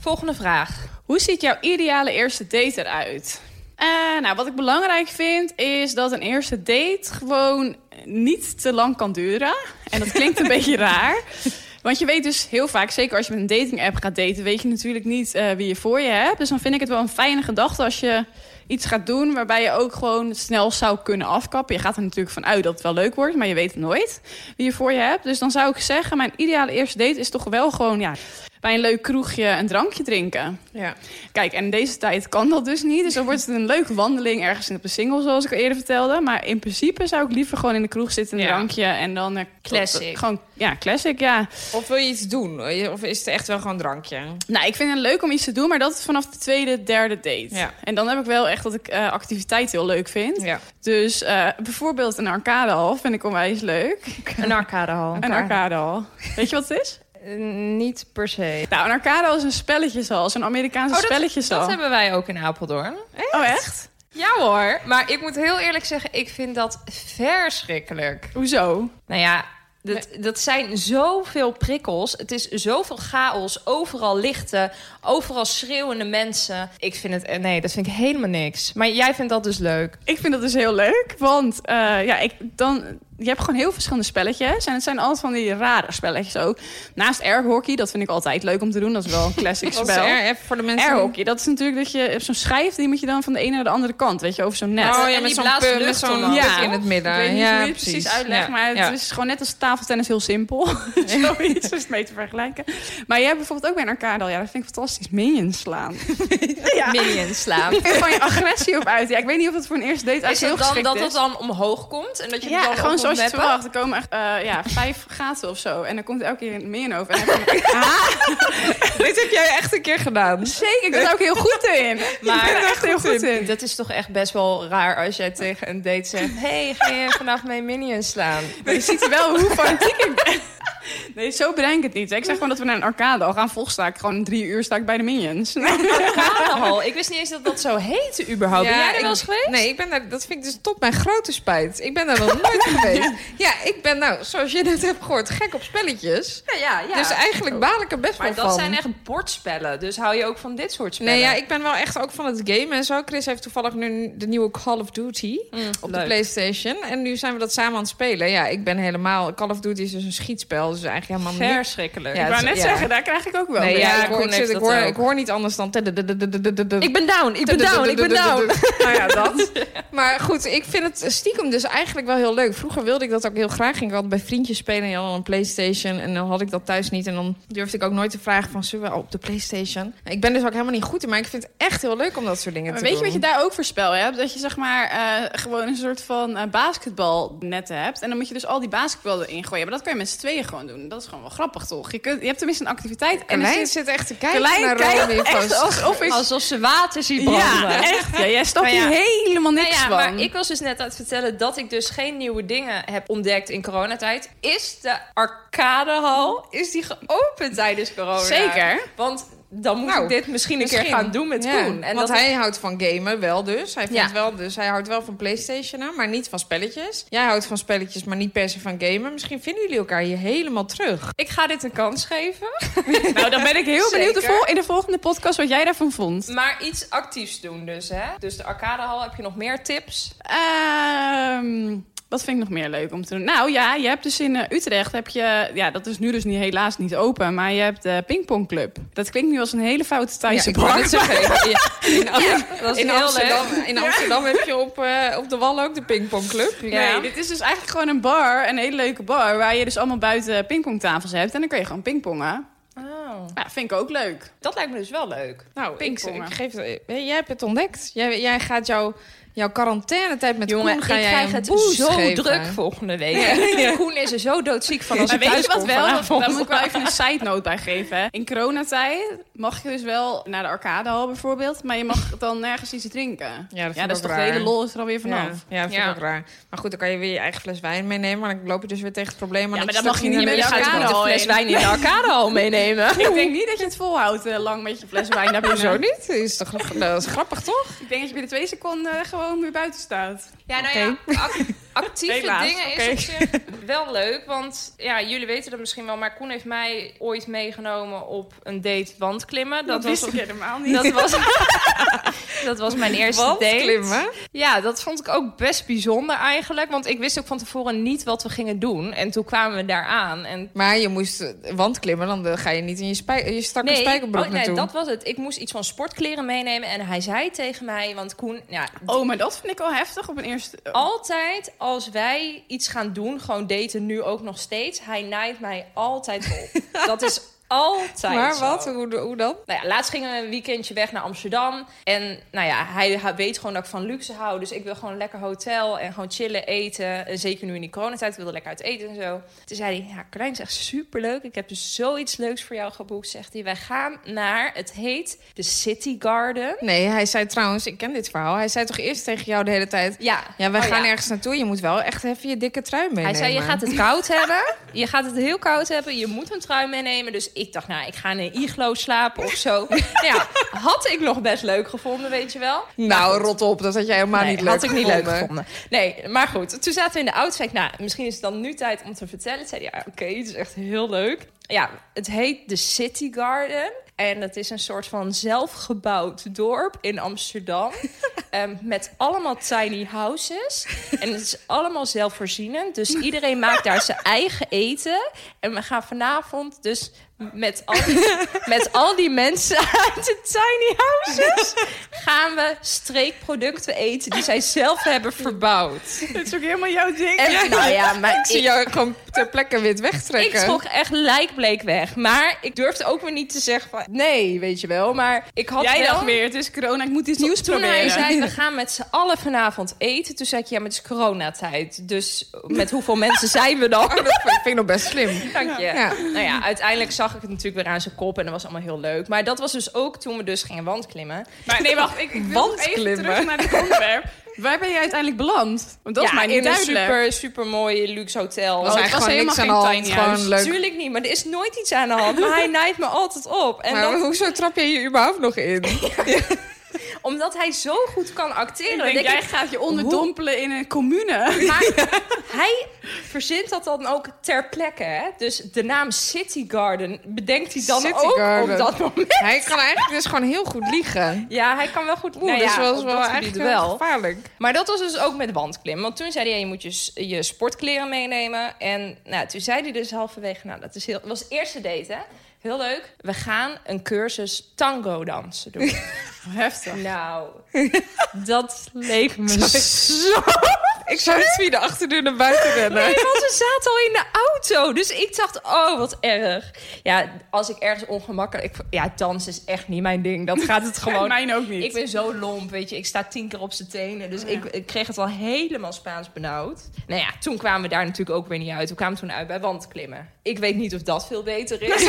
[SPEAKER 4] Volgende vraag.
[SPEAKER 6] Hoe ziet jouw ideale eerste date eruit? Eh, nou, wat ik belangrijk vind is dat een eerste date gewoon niet te lang kan duren. En dat klinkt een beetje raar. Want je weet dus heel vaak, zeker als je met een dating app gaat daten, weet je natuurlijk niet eh, wie je voor je hebt. Dus dan vind ik het wel een fijne gedachte als je iets gaat doen waarbij je ook gewoon snel zou kunnen afkappen. Je gaat er natuurlijk van uit dat het wel leuk wordt, maar je weet het nooit wie je voor je hebt. Dus dan zou ik zeggen, mijn ideale eerste date is toch wel gewoon ja, bij een leuk kroegje een drankje drinken.
[SPEAKER 5] Ja.
[SPEAKER 6] Kijk, en in deze tijd kan dat dus niet. Dus dan wordt het een leuke wandeling ergens in op de single, zoals ik al eerder vertelde. Maar in principe zou ik liever gewoon in de kroeg zitten, een
[SPEAKER 4] Ja.
[SPEAKER 6] drankje en dan... eh,
[SPEAKER 4] Classic.
[SPEAKER 6] Gewoon, ja, classic, ja.
[SPEAKER 5] Of wil je iets doen? Of is het echt wel gewoon drankje?
[SPEAKER 6] Nou, ik vind het leuk om iets te doen, maar dat is vanaf de tweede, derde date.
[SPEAKER 5] Ja.
[SPEAKER 6] En dan heb ik wel echt dat ik eh activiteiten heel leuk vind.
[SPEAKER 5] Ja.
[SPEAKER 6] Dus eh, bijvoorbeeld een arcadehal vind ik onwijs leuk.
[SPEAKER 4] Een arcadehal. Eh,
[SPEAKER 6] Een arcadehal. Weet je wat het is?
[SPEAKER 4] Niet per se.
[SPEAKER 6] Nou, een arcadehal is een spelletjeshal, is een
[SPEAKER 5] Oh,
[SPEAKER 6] Amerikaanse spelletjeshal.
[SPEAKER 4] Oh, dat hebben wij ook in Apeldoorn.
[SPEAKER 6] Oh, echt?
[SPEAKER 4] Ja hoor, maar ik moet heel eerlijk zeggen, ik vind dat verschrikkelijk.
[SPEAKER 6] Hoezo?
[SPEAKER 4] Nou ja, dat, dat zijn zoveel prikkels. Het is zoveel chaos, overal lichten, overal schreeuwende mensen. Ik vind het, eh, nee, dat vind ik helemaal niks. Maar jij vindt dat dus leuk.
[SPEAKER 6] Ik vind dat dus heel leuk, want eh, ja, ik, dan, je hebt gewoon heel verschillende spelletjes. En het zijn altijd van die rare spelletjes ook. Naast air hockey, dat vind ik altijd leuk om te doen. Dat is wel een classic
[SPEAKER 5] Wat
[SPEAKER 6] spel.
[SPEAKER 5] is er voor de mensen?
[SPEAKER 6] Air hockey, dat is natuurlijk dat je je hebt zo'n schijf, die moet je dan van de ene naar de andere kant, weet je, over zo'n net.
[SPEAKER 5] Oh
[SPEAKER 4] En
[SPEAKER 5] ja,
[SPEAKER 4] die
[SPEAKER 5] met zo'n
[SPEAKER 4] blaast
[SPEAKER 5] pu- met
[SPEAKER 4] lucht
[SPEAKER 5] zo'n
[SPEAKER 4] omhoog.
[SPEAKER 5] punt
[SPEAKER 6] Ja.
[SPEAKER 5] in het midden.
[SPEAKER 6] Ik weet niet
[SPEAKER 5] ja,
[SPEAKER 6] hoe je het precies uitlegt,
[SPEAKER 5] Ja.
[SPEAKER 6] maar het
[SPEAKER 5] Ja.
[SPEAKER 6] is gewoon net als tafeltennis heel simpel. Zoiets is het mee te vergelijken. Maar jij hebt bijvoorbeeld ook bij een arcade al, ja, dat vind ik fantastisch. Minions slaan. Ja.
[SPEAKER 4] Minions slaan.
[SPEAKER 6] Gewoon je agressie op uit. Ja, ik weet niet of het voor een eerste date
[SPEAKER 4] Is dus.
[SPEAKER 6] eigenlijk
[SPEAKER 4] het
[SPEAKER 6] heel
[SPEAKER 4] dan
[SPEAKER 6] geschikt
[SPEAKER 4] dat
[SPEAKER 6] is.
[SPEAKER 4] het dan omhoog komt en dat je
[SPEAKER 6] Ja,
[SPEAKER 4] het dan
[SPEAKER 6] gewoon zoals je het
[SPEAKER 4] opmeppen.
[SPEAKER 6] verwacht. Er komen echt eh, ja, vijf gaten of zo. En dan komt er elke keer meer in over. En dan kom ik-
[SPEAKER 5] Dit heb jij echt een keer gedaan.
[SPEAKER 6] Zeker, ik ben daar ook heel goed in.
[SPEAKER 4] Maar-
[SPEAKER 6] ik ben er echt heel goed in.
[SPEAKER 4] Dat is toch echt best wel raar als jij tegen een date zegt... hey, ga je vandaag mee Minions slaan?
[SPEAKER 6] Maar je ziet wel hoe fanatiek ik ben. Nee, zo bedenk ik het niet. hè. Ik zeg gewoon dat we naar een arcade al gaan. Volgens sta ik gewoon drie uur sta ik bij de Minions.
[SPEAKER 4] Carnaval. Ik wist niet eens dat dat zo heette überhaupt. ben jij er
[SPEAKER 5] ik-
[SPEAKER 4] wel eens geweest?
[SPEAKER 5] Nee, ik ben daar, dat vind ik dus tot mijn grote spijt. Ik ben daar nog nooit geweest. Ja, ik ben nou, zoals je net hebt gehoord, gek op spelletjes.
[SPEAKER 4] Ja, ja, ja.
[SPEAKER 5] Dus eigenlijk baal ik er best
[SPEAKER 4] maar
[SPEAKER 5] wel
[SPEAKER 4] dat
[SPEAKER 5] van.
[SPEAKER 4] zijn echt bordspellen. Dus hou je ook van dit soort spellen?
[SPEAKER 5] Nee, ja, ik ben wel echt ook van het gamen en zo. Chris heeft toevallig nu de nieuwe Call of Duty op de
[SPEAKER 4] Mm, leuk.
[SPEAKER 5] PlayStation. En nu zijn we dat samen aan het spelen. Ja, ik ben helemaal... Call of Duty is dus een schietspel, dus eigenlijk helemaal niks.
[SPEAKER 4] Verschrikkelijk.
[SPEAKER 5] Ja,
[SPEAKER 6] ik wou
[SPEAKER 5] het-
[SPEAKER 6] net
[SPEAKER 5] ja.
[SPEAKER 6] zeggen, daar krijg ik ook wel
[SPEAKER 5] Nee,
[SPEAKER 6] mee.
[SPEAKER 5] ja,
[SPEAKER 4] Ja,
[SPEAKER 5] ik hoor,
[SPEAKER 4] Koen
[SPEAKER 5] ik,
[SPEAKER 4] heeft
[SPEAKER 5] zit- ik
[SPEAKER 4] dat
[SPEAKER 5] hoor,
[SPEAKER 4] ook.
[SPEAKER 5] ik hoor niet anders dan... Ik
[SPEAKER 4] Ik ben down, ik ben down, ik ben down.
[SPEAKER 5] Nou ja, dat. Maar goed, ik vind het stiekem dus eigenlijk wel heel leuk. Vroeger wilde ik dat ook heel graag. Ging ik altijd bij vriendjes spelen en die hadden een Playstation. En dan had ik dat thuis niet. En dan durfde ik ook nooit te vragen van, zullen we op de Playstation? Ik ben dus ook helemaal niet goed in, maar ik vind het echt heel leuk om dat soort dingen
[SPEAKER 6] Maar
[SPEAKER 5] te
[SPEAKER 6] weet
[SPEAKER 5] doen.
[SPEAKER 6] je wat je daar ook voor spel hebt? Dat je zeg maar eh, gewoon een soort van eh basketbalnetten hebt. En dan moet je dus al die basketbal erin gooien. Maar dat kan je met z'n tweeën gewoon doen. Dat is gewoon wel grappig, toch? Je, kunt, je hebt tenminste een activiteit.
[SPEAKER 5] En
[SPEAKER 6] er
[SPEAKER 5] hij
[SPEAKER 6] zit-
[SPEAKER 5] zit echt te kijken
[SPEAKER 6] Carlijn
[SPEAKER 5] naar
[SPEAKER 6] kijkt
[SPEAKER 5] Romy
[SPEAKER 6] echt
[SPEAKER 5] vast.
[SPEAKER 6] alsof ik...
[SPEAKER 4] Alsof ze water zien branden.
[SPEAKER 6] Ja, echt. Ja, jij snapt
[SPEAKER 4] Maar ja.
[SPEAKER 6] hier helemaal niks
[SPEAKER 4] Nou ja,
[SPEAKER 6] van.
[SPEAKER 4] maar ik was dus net aan het vertellen dat ik dus geen nieuwe dingen heb ontdekt in coronatijd. Is de arcadehal, is die geopend tijdens corona?
[SPEAKER 6] Zeker.
[SPEAKER 4] Want dan moet
[SPEAKER 5] Nou,
[SPEAKER 4] ik dit misschien een keer
[SPEAKER 5] misschien.
[SPEAKER 4] gaan doen met
[SPEAKER 5] Ja,
[SPEAKER 4] Koen. En
[SPEAKER 5] want
[SPEAKER 4] dat
[SPEAKER 5] hij houdt van gamen wel dus. Hij, vindt
[SPEAKER 4] Ja.
[SPEAKER 5] wel dus. hij houdt wel van Playstationen, maar niet van spelletjes. Jij houdt van spelletjes, maar niet per se van gamen. Misschien vinden jullie elkaar hier helemaal terug.
[SPEAKER 4] ik ga dit een kans geven.
[SPEAKER 6] Nou, dan ben ik heel
[SPEAKER 4] Zeker.
[SPEAKER 6] benieuwd de vol- in de volgende podcast wat jij daarvan vond.
[SPEAKER 4] Maar iets actiefs doen dus, hè? Dus de arcadehal, heb je nog meer tips?
[SPEAKER 6] Ehm, wat vind ik nog meer leuk om te doen? Nou ja, je hebt dus in eh, Utrecht, heb je, ja, dat is nu dus niet, helaas niet open, maar je hebt de Pingpongclub. Dat klinkt nu als een hele foute Thaise
[SPEAKER 5] ik wou
[SPEAKER 6] bar.
[SPEAKER 5] net zeggen. Ja, in, Am-
[SPEAKER 4] Dat is
[SPEAKER 5] in
[SPEAKER 4] heel
[SPEAKER 5] Amsterdam,
[SPEAKER 4] leuk.
[SPEAKER 5] in Amsterdam heb je op, eh, op de Wal ook de pingpongclub.
[SPEAKER 6] Nee, dit is dus eigenlijk gewoon een bar, een hele leuke bar, waar je dus allemaal buiten pingpongtafels hebt en dan kun je gewoon pingpongen.
[SPEAKER 4] Oh.
[SPEAKER 6] Ja, vind ik ook leuk.
[SPEAKER 4] Dat lijkt me dus wel leuk.
[SPEAKER 5] Nou, ik,
[SPEAKER 6] Pingpongen.
[SPEAKER 5] ik geef het, eh, jij hebt het ontdekt. Jij, jij gaat jouw, jouw quarantainetijd met
[SPEAKER 4] Jongen,
[SPEAKER 5] Koen,
[SPEAKER 4] ik
[SPEAKER 5] ga jij
[SPEAKER 4] krijg
[SPEAKER 5] een
[SPEAKER 4] het
[SPEAKER 5] boost
[SPEAKER 4] zo
[SPEAKER 5] geven.
[SPEAKER 4] druk volgende week. Koen is er zo doodziek van als
[SPEAKER 6] Maar
[SPEAKER 4] hij
[SPEAKER 6] weet
[SPEAKER 4] thuis
[SPEAKER 6] je wat
[SPEAKER 4] komt
[SPEAKER 6] wel?
[SPEAKER 4] vanavond.
[SPEAKER 6] Daar moet ik wel even een side note bij geven. hè. In coronatijd mag je dus wel naar de arcadehal bijvoorbeeld, maar je mag dan nergens iets drinken.
[SPEAKER 5] Ja, dat vind ik
[SPEAKER 6] is
[SPEAKER 5] ook
[SPEAKER 6] toch
[SPEAKER 5] raar.
[SPEAKER 6] de hele lol is er alweer vanaf.
[SPEAKER 5] Ja, ja, vind ik
[SPEAKER 4] Ja.
[SPEAKER 5] ook raar. Maar goed, dan kan je weer je eigen fles wijn meenemen. Maar dan loop je dus weer tegen het probleem. aan
[SPEAKER 6] Ja, maar
[SPEAKER 5] dat
[SPEAKER 6] dan mag
[SPEAKER 5] dat
[SPEAKER 6] je niet
[SPEAKER 5] naar
[SPEAKER 6] met
[SPEAKER 5] binnen
[SPEAKER 6] je
[SPEAKER 5] gaat.
[SPEAKER 6] arcade
[SPEAKER 4] de
[SPEAKER 6] al
[SPEAKER 4] fles
[SPEAKER 6] in.
[SPEAKER 4] wijn in de arcade al meenemen.
[SPEAKER 6] Ik denk niet dat je het volhoudt eh, lang met je fles wijn naar binnen.
[SPEAKER 5] Hoezo niet? Is toch, dat is grappig, toch?
[SPEAKER 6] Ik denk dat je binnen twee seconden eh, gewoon weer buiten staat.
[SPEAKER 4] Ja, nou ja, ac- actieve
[SPEAKER 6] Helaas,
[SPEAKER 4] dingen
[SPEAKER 6] oké.
[SPEAKER 4] is op zich wel leuk. Want ja, jullie weten dat misschien wel. Maar Koen heeft mij ooit meegenomen op een date wandklimmen. Dat, was,
[SPEAKER 6] helemaal
[SPEAKER 4] dat, was, dat was mijn eerste date.
[SPEAKER 5] Klimmen.
[SPEAKER 4] Ja, dat vond ik ook best bijzonder eigenlijk. Want ik wist ook van tevoren niet wat we gingen doen. En toen kwamen we daar aan. En
[SPEAKER 5] Maar je moest eh, wandklimmen, dan eh, ga je niet in je, spij je strakke spijkerbroek
[SPEAKER 4] oh, nee,
[SPEAKER 5] naartoe.
[SPEAKER 4] dat was het. Ik moest iets van sportkleren meenemen. En hij zei tegen mij, want Koen, ja,
[SPEAKER 6] Oh, maar dat vind ik al heftig op een eerste...
[SPEAKER 4] altijd als wij iets gaan doen, gewoon daten nu ook nog steeds, hij naait mij altijd op. dat is altijd.
[SPEAKER 5] maar
[SPEAKER 4] zo.
[SPEAKER 5] wat? Hoe, hoe dan?
[SPEAKER 4] Nou ja, laatst gingen we een weekendje weg naar Amsterdam. En nou ja, hij ha- weet gewoon dat ik van luxe hou. Dus ik wil gewoon een lekker hotel en gewoon chillen, eten. En zeker nu in die coronatijd, ik wilde lekker uit eten en zo. Toen zei hij, ja, Carlijn is echt superleuk. Ik heb dus zoiets leuks voor jou geboekt, zegt hij. Wij gaan naar, het heet de City Garden.
[SPEAKER 5] Nee, hij zei trouwens, ik ken dit verhaal. Hij zei toch eerst tegen jou de hele tijd...
[SPEAKER 4] Ja,
[SPEAKER 5] Ja, wij
[SPEAKER 4] Oh,
[SPEAKER 5] gaan ergens naartoe. Je moet wel echt even je dikke trui meenemen.
[SPEAKER 4] Hij zei, je gaat het koud hebben. Je gaat het heel koud hebben. Je moet een trui meenemen. Dus ik dacht, nou, ik ga in een iglo slapen of zo. Nou ja, had ik nog best leuk gevonden, weet je wel.
[SPEAKER 5] Nou, rot op. Dat had jij helemaal
[SPEAKER 4] Nee,
[SPEAKER 5] niet leuk
[SPEAKER 4] had ik niet leuk gevonden. Nee, maar goed. Toen zaten we in de auto. Zei ik, nou, misschien is het dan nu tijd om te vertellen. Toen zei hij, ja, oké, het is echt heel leuk. Ja, het heet de City Garden. En het is een soort van zelfgebouwd dorp in Amsterdam. Ehm, met allemaal tiny houses. En het is allemaal zelfvoorzienend. Dus iedereen maakt daar zijn eigen eten. En we gaan vanavond dus Met al, die, met al die mensen uit de tiny houses gaan we streekproducten eten die zij zelf hebben verbouwd.
[SPEAKER 6] Dit is ook helemaal jouw ding.
[SPEAKER 4] En nou ja, maar
[SPEAKER 5] Ik zie jou gewoon ter plekke wit
[SPEAKER 4] Ik
[SPEAKER 5] wegtrekken.
[SPEAKER 4] trok echt lijkbleek weg. Maar ik durfde ook weer niet te zeggen van... Nee, weet je wel. Maar ik had
[SPEAKER 6] Jij
[SPEAKER 4] wel...
[SPEAKER 6] dacht meer, het is corona, ik moet iets nieuws
[SPEAKER 4] Toen hij
[SPEAKER 6] proberen.
[SPEAKER 4] zei, we gaan met z'n allen vanavond eten. Toen zei ik, ja, maar het is coronatijd. Dus met hoeveel mensen zijn we dan?
[SPEAKER 5] Oh, dat vind ik nog best slim.
[SPEAKER 4] Dank je.
[SPEAKER 5] Ja.
[SPEAKER 4] Nou ja, uiteindelijk zag ik het natuurlijk weer aan zijn kop. En dat was allemaal heel leuk. Maar dat was dus ook toen we dus gingen wandklimmen.
[SPEAKER 6] Maar nee, wacht, ik, ik wil nog even
[SPEAKER 5] Wandklimmen.
[SPEAKER 6] terug naar het onderwerp. Waar ben jij uiteindelijk beland? Want dat
[SPEAKER 4] ja,
[SPEAKER 6] is mij niet
[SPEAKER 4] in een
[SPEAKER 6] duidelijk.
[SPEAKER 4] super, super mooi luxe hotel.
[SPEAKER 5] Was
[SPEAKER 6] het
[SPEAKER 5] eigenlijk
[SPEAKER 6] was
[SPEAKER 5] gewoon niks aan de
[SPEAKER 6] helemaal geen
[SPEAKER 5] hand.
[SPEAKER 6] tiny
[SPEAKER 5] Gewoon
[SPEAKER 6] house.
[SPEAKER 5] leuk.
[SPEAKER 4] Tuurlijk niet, maar er is nooit iets aan de hand. Maar hij naait me altijd op. En
[SPEAKER 5] maar
[SPEAKER 4] dat-
[SPEAKER 5] hoezo trap jij hier überhaupt nog in?
[SPEAKER 4] omdat hij zo goed kan acteren.
[SPEAKER 6] Ik denk,
[SPEAKER 4] denk
[SPEAKER 6] jij
[SPEAKER 4] ik,
[SPEAKER 6] gaat je onderdompelen in een commune.
[SPEAKER 4] Maar hij verzint dat dan ook ter plekke. Hè? Dus de naam City Garden bedenkt hij dan
[SPEAKER 5] City
[SPEAKER 4] ook
[SPEAKER 5] Garden.
[SPEAKER 4] op dat moment.
[SPEAKER 5] Hij kan eigenlijk dus gewoon heel goed liegen.
[SPEAKER 4] Ja, hij kan wel goed...
[SPEAKER 5] Oeh,
[SPEAKER 4] nou
[SPEAKER 5] dat
[SPEAKER 4] ja,
[SPEAKER 5] is wel,
[SPEAKER 4] op
[SPEAKER 5] wel
[SPEAKER 4] dat
[SPEAKER 5] eigenlijk
[SPEAKER 4] gebied
[SPEAKER 5] wel
[SPEAKER 4] wel.
[SPEAKER 5] gevaarlijk.
[SPEAKER 4] Maar dat was dus ook met wandklimmen. Want toen zei hij, je moet je, s- je sportkleren meenemen. En nou, toen zei hij dus halverwege, nou, dat is heel, was het eerste date, hè? Heel leuk. We gaan een cursus tango dansen doen.
[SPEAKER 6] Heftig.
[SPEAKER 4] nou, dat leek me dus- zo...
[SPEAKER 5] Ik zou niet via de achterdeur naar buiten rennen.
[SPEAKER 4] Nee, want we zaten al in de auto. Dus ik dacht, oh, wat erg. Ja, als ik ergens ongemakkelijk... Ik, ja, dans is echt niet mijn ding. Dat gaat het gewoon...
[SPEAKER 6] Mijn ook niet.
[SPEAKER 4] Ik ben zo lomp, weet je. Ik sta tien keer op zijn tenen.
[SPEAKER 5] Oh,
[SPEAKER 4] Dus ik, ik kreeg het al helemaal Spaans benauwd. Nou ja, toen kwamen we daar natuurlijk ook weer niet uit. We kwamen toen uit bij wandklimmen. Ik weet niet of dat veel beter is.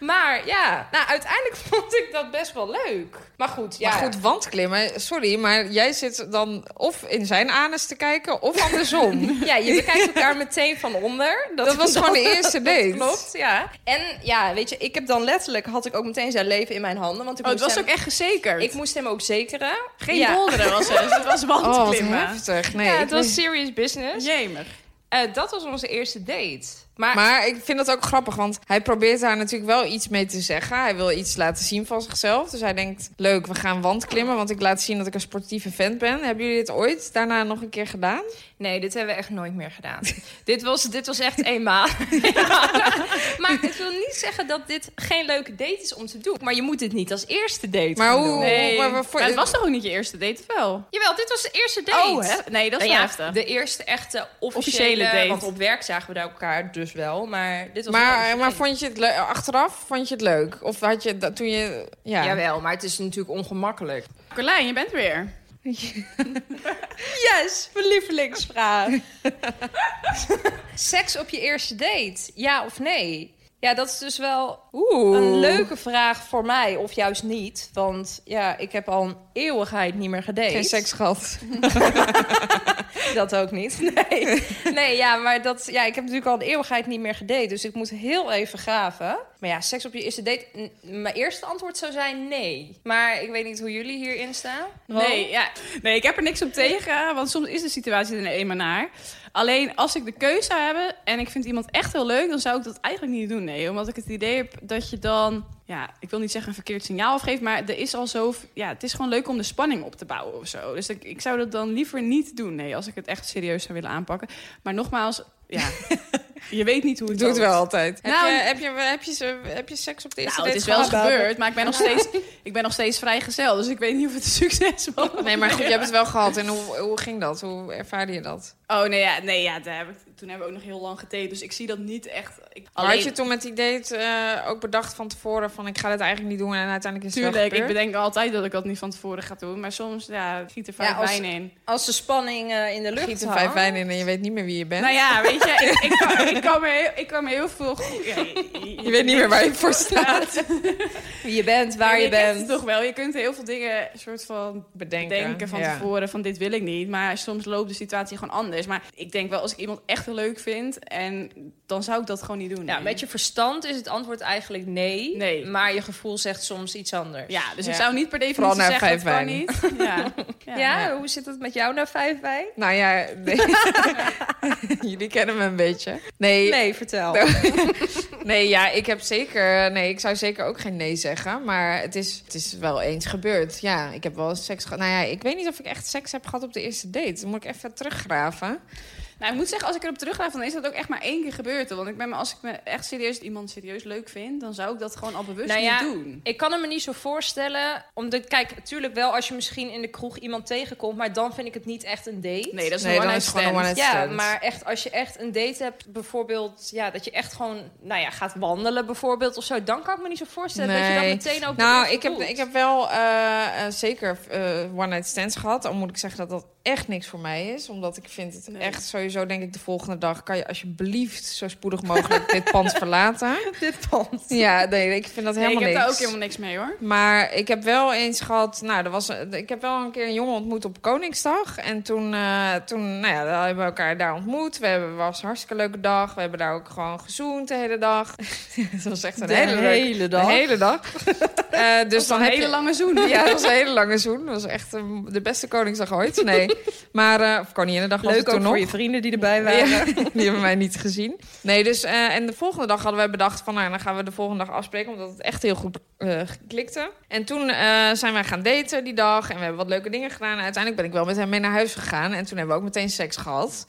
[SPEAKER 4] maar ja, nou, uiteindelijk vond ik dat best wel leuk. Maar goed, ja.
[SPEAKER 5] Maar goed, wandklimmen, sorry, maar jij zit dan of in zijn anus te kijken of andersom.
[SPEAKER 4] Ja, je bekijkt elkaar meteen van onder.
[SPEAKER 5] Dat was gewoon de eerste date.
[SPEAKER 4] Dat klopt, ja. En ja, weet je, ik heb dan letterlijk... had ik ook meteen zijn leven in mijn handen. Want ik
[SPEAKER 6] Oh, het
[SPEAKER 4] moest
[SPEAKER 6] was
[SPEAKER 4] hem,
[SPEAKER 6] ook echt gezekerd.
[SPEAKER 4] Ik moest hem ook zekeren.
[SPEAKER 6] Geen
[SPEAKER 4] ja.
[SPEAKER 6] bolderen was het, het was
[SPEAKER 5] Oh, wat
[SPEAKER 6] wandklimmen.
[SPEAKER 5] heftig. Nee,
[SPEAKER 4] Ja,
[SPEAKER 5] ik
[SPEAKER 4] het
[SPEAKER 5] weet-
[SPEAKER 4] was serious business.
[SPEAKER 6] Jemig.
[SPEAKER 4] Eh, dat was onze eerste date. Maar,
[SPEAKER 5] Maar ik vind dat ook grappig, want hij probeert daar natuurlijk wel iets mee te zeggen. Hij wil iets laten zien van zichzelf. Dus hij denkt, leuk, we gaan wandklimmen, want ik laat zien dat ik een sportieve vent ben. Hebben jullie dit ooit daarna nog een keer gedaan?
[SPEAKER 4] nee, dit hebben we echt nooit meer gedaan. dit, was, dit was echt eenmaal. Maar het wil niet zeggen dat dit geen leuke date is om te doen. Maar je moet dit niet als eerste date
[SPEAKER 5] Maar
[SPEAKER 4] gaan
[SPEAKER 5] hoe-
[SPEAKER 4] doen.
[SPEAKER 6] Nee.
[SPEAKER 5] maar waarvoor-
[SPEAKER 6] Maar het was toch ook niet je eerste date, of wel?
[SPEAKER 4] Jawel, dit was de eerste date.
[SPEAKER 6] Oh, hè? Nee, dat is
[SPEAKER 4] Nou ja,
[SPEAKER 6] wel heftig.
[SPEAKER 4] De eerste echte officiële,
[SPEAKER 6] Officiële date.
[SPEAKER 4] Want op werk zagen we daar elkaar dus wel. Maar dit was een
[SPEAKER 5] Maar, eh,
[SPEAKER 4] officiële
[SPEAKER 5] maar vond je het leuk? Achteraf vond je het leuk? Of had je dat toen je... Ja.
[SPEAKER 4] Jawel, maar het is natuurlijk ongemakkelijk.
[SPEAKER 6] Carlijn, je bent weer.
[SPEAKER 4] Yes, mijn lievelingsvraag. Seks op je eerste date, ja of nee? Ja, dat is dus wel
[SPEAKER 5] Oeh.
[SPEAKER 4] een leuke vraag voor mij, of juist niet. Want ja, ik heb al een eeuwigheid niet meer gedate.
[SPEAKER 5] Geen seks gehad.
[SPEAKER 4] Dat ook niet. Nee, nee ja, maar dat, ja, ik heb natuurlijk al een eeuwigheid niet meer gedate. Dus ik moet heel even graven. Maar ja, seks op je eerste date. n- Mijn eerste antwoord zou zijn nee. Maar ik weet niet hoe jullie hierin staan.
[SPEAKER 6] Nee, ja. nee, ik heb er niks op tegen, want soms is de situatie er eenmaal naar. Alleen als ik de keuze zou hebben en ik vind iemand echt heel leuk, dan zou ik dat eigenlijk niet doen. Nee, omdat ik het idee heb dat je dan, ja, ik wil niet zeggen een verkeerd signaal afgeeft, maar er is al zo, ja, het is gewoon leuk om de spanning op te bouwen of zo. Dus ik, ik zou dat dan liever niet doen, nee, als ik het echt serieus zou willen aanpakken. Maar nogmaals, ja, je weet niet hoe
[SPEAKER 5] Ik
[SPEAKER 6] het
[SPEAKER 5] doe het
[SPEAKER 6] loopt.
[SPEAKER 5] wel altijd.
[SPEAKER 6] Nou,
[SPEAKER 5] heb, je, heb, je, heb, je, ze- heb je seks op de eerste
[SPEAKER 6] Nou, het
[SPEAKER 5] date
[SPEAKER 6] is wel eens
[SPEAKER 5] gehad?
[SPEAKER 6] gebeurd, maar ik ben nog steeds, ik ben nog steeds vrijgezel, dus ik weet niet of het een succes was.
[SPEAKER 5] Nee, maar goed, je hebt het wel gehad. En hoe, hoe ging dat? Hoe ervaarde je dat?
[SPEAKER 6] Oh, nee, ja, nee, ja daar heb ik, toen hebben we ook nog heel lang getekend. Dus ik zie dat niet echt... Ik,
[SPEAKER 5] Maar Had je toen met die date eh, ook bedacht van tevoren van ik ga dit eigenlijk niet doen en uiteindelijk is het wel
[SPEAKER 6] Tuurlijk, ik
[SPEAKER 5] gebeurd?
[SPEAKER 6] bedenk altijd dat ik dat niet van tevoren ga doen. Maar soms ja, giet er vaak
[SPEAKER 4] Ja, als-
[SPEAKER 6] wijn in.
[SPEAKER 4] Als de spanning eh, in de lucht
[SPEAKER 5] Giet er
[SPEAKER 4] hangt.
[SPEAKER 5] vijf wijn in en je weet niet meer wie je bent.
[SPEAKER 6] Nou ja, weet je, ik, ik, kan, ik, kan me heel, ik kan me heel veel... goed- Ja,
[SPEAKER 5] je weet niet meer waar je voor staat.
[SPEAKER 4] Wie je bent, waar je
[SPEAKER 6] je kent het
[SPEAKER 4] bent.
[SPEAKER 6] toch wel. Je kunt heel veel dingen soort van
[SPEAKER 5] Bedenken.
[SPEAKER 6] denken van
[SPEAKER 5] ja.
[SPEAKER 6] tevoren van dit wil ik niet. Maar soms loopt de situatie gewoon anders. Maar ik denk wel als ik iemand echt heel leuk vind en dan zou ik dat gewoon niet doen.
[SPEAKER 4] Ja,
[SPEAKER 6] nee.
[SPEAKER 4] met je verstand is het antwoord eigenlijk nee.
[SPEAKER 6] Nee.
[SPEAKER 4] Maar je gevoel zegt soms iets anders.
[SPEAKER 6] Ja, dus
[SPEAKER 5] Ja.
[SPEAKER 6] ik zou niet per definitie
[SPEAKER 5] Vooral na
[SPEAKER 6] zeggen
[SPEAKER 5] vijf
[SPEAKER 6] dat kan niet. Ja.
[SPEAKER 4] Ja, hoe zit het met jou na vijf wijn?
[SPEAKER 5] Nou ja, nee. jullie kennen me een beetje. Nee, nee.
[SPEAKER 4] Nee, vertel.
[SPEAKER 5] Nee. ja, ik heb zeker... Nee, ik zou zeker ook geen nee zeggen. Maar het is, het is wel eens gebeurd. Ja, ik heb wel eens seks gehad. Nou ja, ik weet niet of ik echt seks heb gehad op de eerste date. Dan moet ik even teruggraven.
[SPEAKER 6] Nou, ik moet zeggen, als ik erop terugga, dan is dat ook echt maar één keer gebeurd. hoor. Want ik ben, me- als ik me echt serieus iemand serieus leuk vind, dan zou ik dat gewoon al bewust
[SPEAKER 4] Nou ja,
[SPEAKER 6] niet doen.
[SPEAKER 4] Ik kan het me niet zo voorstellen. Omdat, kijk, natuurlijk wel als je misschien in de kroeg iemand tegenkomt. Maar dan vind ik het niet echt een date.
[SPEAKER 6] Nee, dat is
[SPEAKER 5] Nee,
[SPEAKER 6] een
[SPEAKER 5] dan
[SPEAKER 6] one-night
[SPEAKER 5] is het gewoon een one-night
[SPEAKER 6] stand.
[SPEAKER 4] Ja,
[SPEAKER 5] stand.
[SPEAKER 4] maar echt als je echt een date hebt, bijvoorbeeld, ja, dat je echt gewoon, nou ja, gaat wandelen bijvoorbeeld of zo, dan kan ik me niet zo voorstellen dat je dat
[SPEAKER 5] Nee.
[SPEAKER 4] meteen ook.
[SPEAKER 5] Nou, ik heb, ik heb wel eh, eh, zeker eh, one-night stands gehad. Al moet ik zeggen dat dat echt niks voor mij is. Omdat ik vind het
[SPEAKER 6] Nee.
[SPEAKER 5] echt sowieso, denk ik, de volgende dag... kan je alsjeblieft zo spoedig mogelijk dit pand verlaten.
[SPEAKER 4] dit pand.
[SPEAKER 5] Ja, nee, ik vind dat
[SPEAKER 6] Nee, ik
[SPEAKER 5] helemaal
[SPEAKER 6] heb
[SPEAKER 5] niks.
[SPEAKER 6] daar ook helemaal niks mee hoor.
[SPEAKER 5] Maar ik heb wel eens gehad, nou, er was, ik heb wel een keer een jongen ontmoet op Koningsdag. En toen, eh, toen nou ja, we hebben we elkaar daar ontmoet. We hebben, het was een hartstikke leuke dag. We hebben daar ook gewoon gezoend de hele dag. Het was echt een
[SPEAKER 4] De
[SPEAKER 5] hele, leuke-
[SPEAKER 4] hele dag.
[SPEAKER 5] De hele dag. Eh, dus
[SPEAKER 4] Oh,
[SPEAKER 5] dan
[SPEAKER 6] Een
[SPEAKER 5] heb
[SPEAKER 6] hele
[SPEAKER 5] je...
[SPEAKER 6] lange zoen.
[SPEAKER 5] Ja, dat was een hele lange zoen. Dat was echt eh, de beste Koningsdag ooit. Nee, maar... eh of Koninginnedag was het
[SPEAKER 4] Leuk
[SPEAKER 5] toen
[SPEAKER 4] ook
[SPEAKER 5] nog.
[SPEAKER 4] voor je vrienden die erbij waren.
[SPEAKER 5] Ja, die hebben mij niet gezien. Nee, dus eh, en de volgende dag hadden wij bedacht van, nou, dan gaan we de volgende dag afspreken, omdat het echt heel goed eh, klikte. En toen eh, zijn wij gaan daten die dag en we hebben wat leuke dingen gedaan. Uiteindelijk ben ik wel met hem mee naar huis gegaan en toen hebben we ook meteen seks gehad.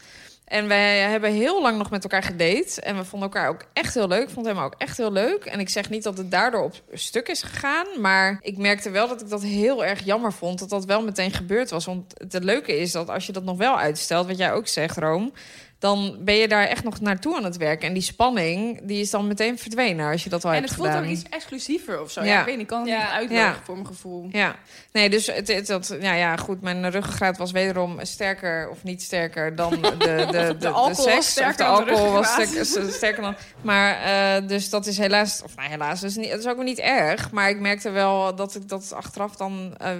[SPEAKER 5] En wij hebben heel lang nog met elkaar gedate. En we vonden elkaar ook echt heel leuk. Ik vond hem ook echt heel leuk. En ik zeg niet dat het daardoor op stuk is gegaan. Maar ik merkte wel dat ik dat heel erg jammer vond. Dat dat wel meteen gebeurd was. Want het leuke is dat als je dat nog wel uitstelt, wat jij ook zegt, Room. Dan ben je daar echt nog naartoe aan het werken. En die spanning die is dan meteen verdwenen als je dat al
[SPEAKER 6] En
[SPEAKER 5] hebt
[SPEAKER 6] het voelt
[SPEAKER 5] gedaan.
[SPEAKER 6] ook iets exclusiever of zo. Ja.
[SPEAKER 5] Ja.
[SPEAKER 6] ik weet niet, ik kan het
[SPEAKER 4] Ja.
[SPEAKER 6] niet uitleggen
[SPEAKER 5] Ja.
[SPEAKER 6] voor mijn gevoel. Nou,
[SPEAKER 5] Ja, nee, dus het, het, dat, ja, ja, goed, mijn ruggengraat was wederom sterker of niet sterker dan de, de, de, de,
[SPEAKER 6] alcohol was
[SPEAKER 5] seks.
[SPEAKER 6] sterker
[SPEAKER 5] of de
[SPEAKER 6] dan de
[SPEAKER 5] alcohol was sterker,
[SPEAKER 6] ruggengraat.
[SPEAKER 5] sterker dan. Maar eh, dus dat is helaas, of nou helaas, dat is, niet, dat is ook niet erg. Maar ik merkte wel dat ik dat achteraf dan, eh,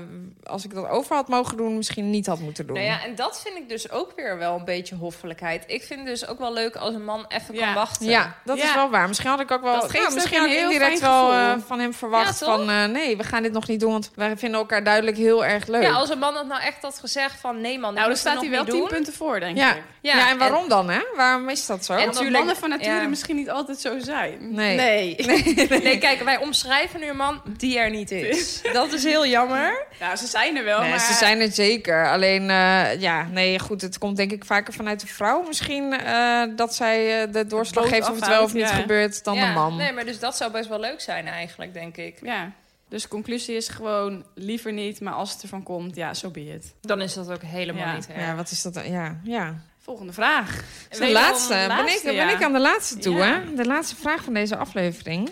[SPEAKER 5] als ik dat over had mogen doen, misschien niet had moeten doen.
[SPEAKER 4] Nou ja, en dat vind ik dus ook weer wel een beetje hoffelijkheid. Ik vind het dus ook wel leuk als een man even
[SPEAKER 6] Ja.
[SPEAKER 4] kan wachten.
[SPEAKER 5] Ja, dat is
[SPEAKER 6] Ja.
[SPEAKER 5] wel waar. Misschien had ik ook wel.
[SPEAKER 6] Dat geeft
[SPEAKER 5] ja,
[SPEAKER 6] ook
[SPEAKER 5] misschien
[SPEAKER 6] een
[SPEAKER 5] had ik
[SPEAKER 6] heel
[SPEAKER 5] indirect
[SPEAKER 6] fijn
[SPEAKER 5] wel
[SPEAKER 6] gevoel.
[SPEAKER 5] eh, van hem verwacht.
[SPEAKER 4] Ja, toch?
[SPEAKER 5] van eh, nee, we gaan dit nog niet doen. Want wij vinden elkaar duidelijk heel erg leuk.
[SPEAKER 4] Ja, als een man dat nou echt had gezegd van nee man,
[SPEAKER 6] Nou,
[SPEAKER 4] dat
[SPEAKER 6] daar
[SPEAKER 4] moet je
[SPEAKER 6] staat hij wel
[SPEAKER 4] nog
[SPEAKER 6] tien
[SPEAKER 4] niet doen.
[SPEAKER 6] punten voor, denk
[SPEAKER 5] Ja.
[SPEAKER 6] ik.
[SPEAKER 5] Ja, en waarom dan, hè? Waarom is dat zo?
[SPEAKER 6] En
[SPEAKER 4] Omdat
[SPEAKER 6] omdat
[SPEAKER 4] mannen
[SPEAKER 6] mannen van nature
[SPEAKER 4] ja.
[SPEAKER 6] misschien niet altijd zo zijn.
[SPEAKER 5] nee.
[SPEAKER 4] Nee. nee, kijk, wij omschrijven nu een man die er niet is. Dat is heel jammer.
[SPEAKER 6] Nou, ze zijn er wel,
[SPEAKER 5] Nee,
[SPEAKER 6] maar...
[SPEAKER 5] ze zijn het zeker. Alleen, eh, ja, nee, goed. Het komt denk ik vaker vanuit de vrouw misschien eh, dat zij eh, de doorslag
[SPEAKER 6] Boot
[SPEAKER 5] geeft of het wel
[SPEAKER 6] afhoudt,
[SPEAKER 5] of niet
[SPEAKER 6] ja.
[SPEAKER 5] gebeurt dan
[SPEAKER 4] Ja,
[SPEAKER 5] de man.
[SPEAKER 4] Nee, maar dus dat zou best wel leuk zijn eigenlijk, denk ik.
[SPEAKER 6] Ja. Dus de conclusie is gewoon, liever niet, maar als het ervan komt, ja, zo be het.
[SPEAKER 4] Dan is dat ook helemaal
[SPEAKER 6] Ja.
[SPEAKER 4] niet erg.
[SPEAKER 5] ja, wat is dat? dan? Ja, ja.
[SPEAKER 6] Volgende vraag.
[SPEAKER 5] De
[SPEAKER 6] Wederom
[SPEAKER 5] laatste.
[SPEAKER 6] de
[SPEAKER 5] ben, ik,
[SPEAKER 6] laatste,
[SPEAKER 5] ben
[SPEAKER 6] ja.
[SPEAKER 5] ik aan de laatste toe,
[SPEAKER 6] Ja.
[SPEAKER 5] hè? De laatste vraag van deze aflevering.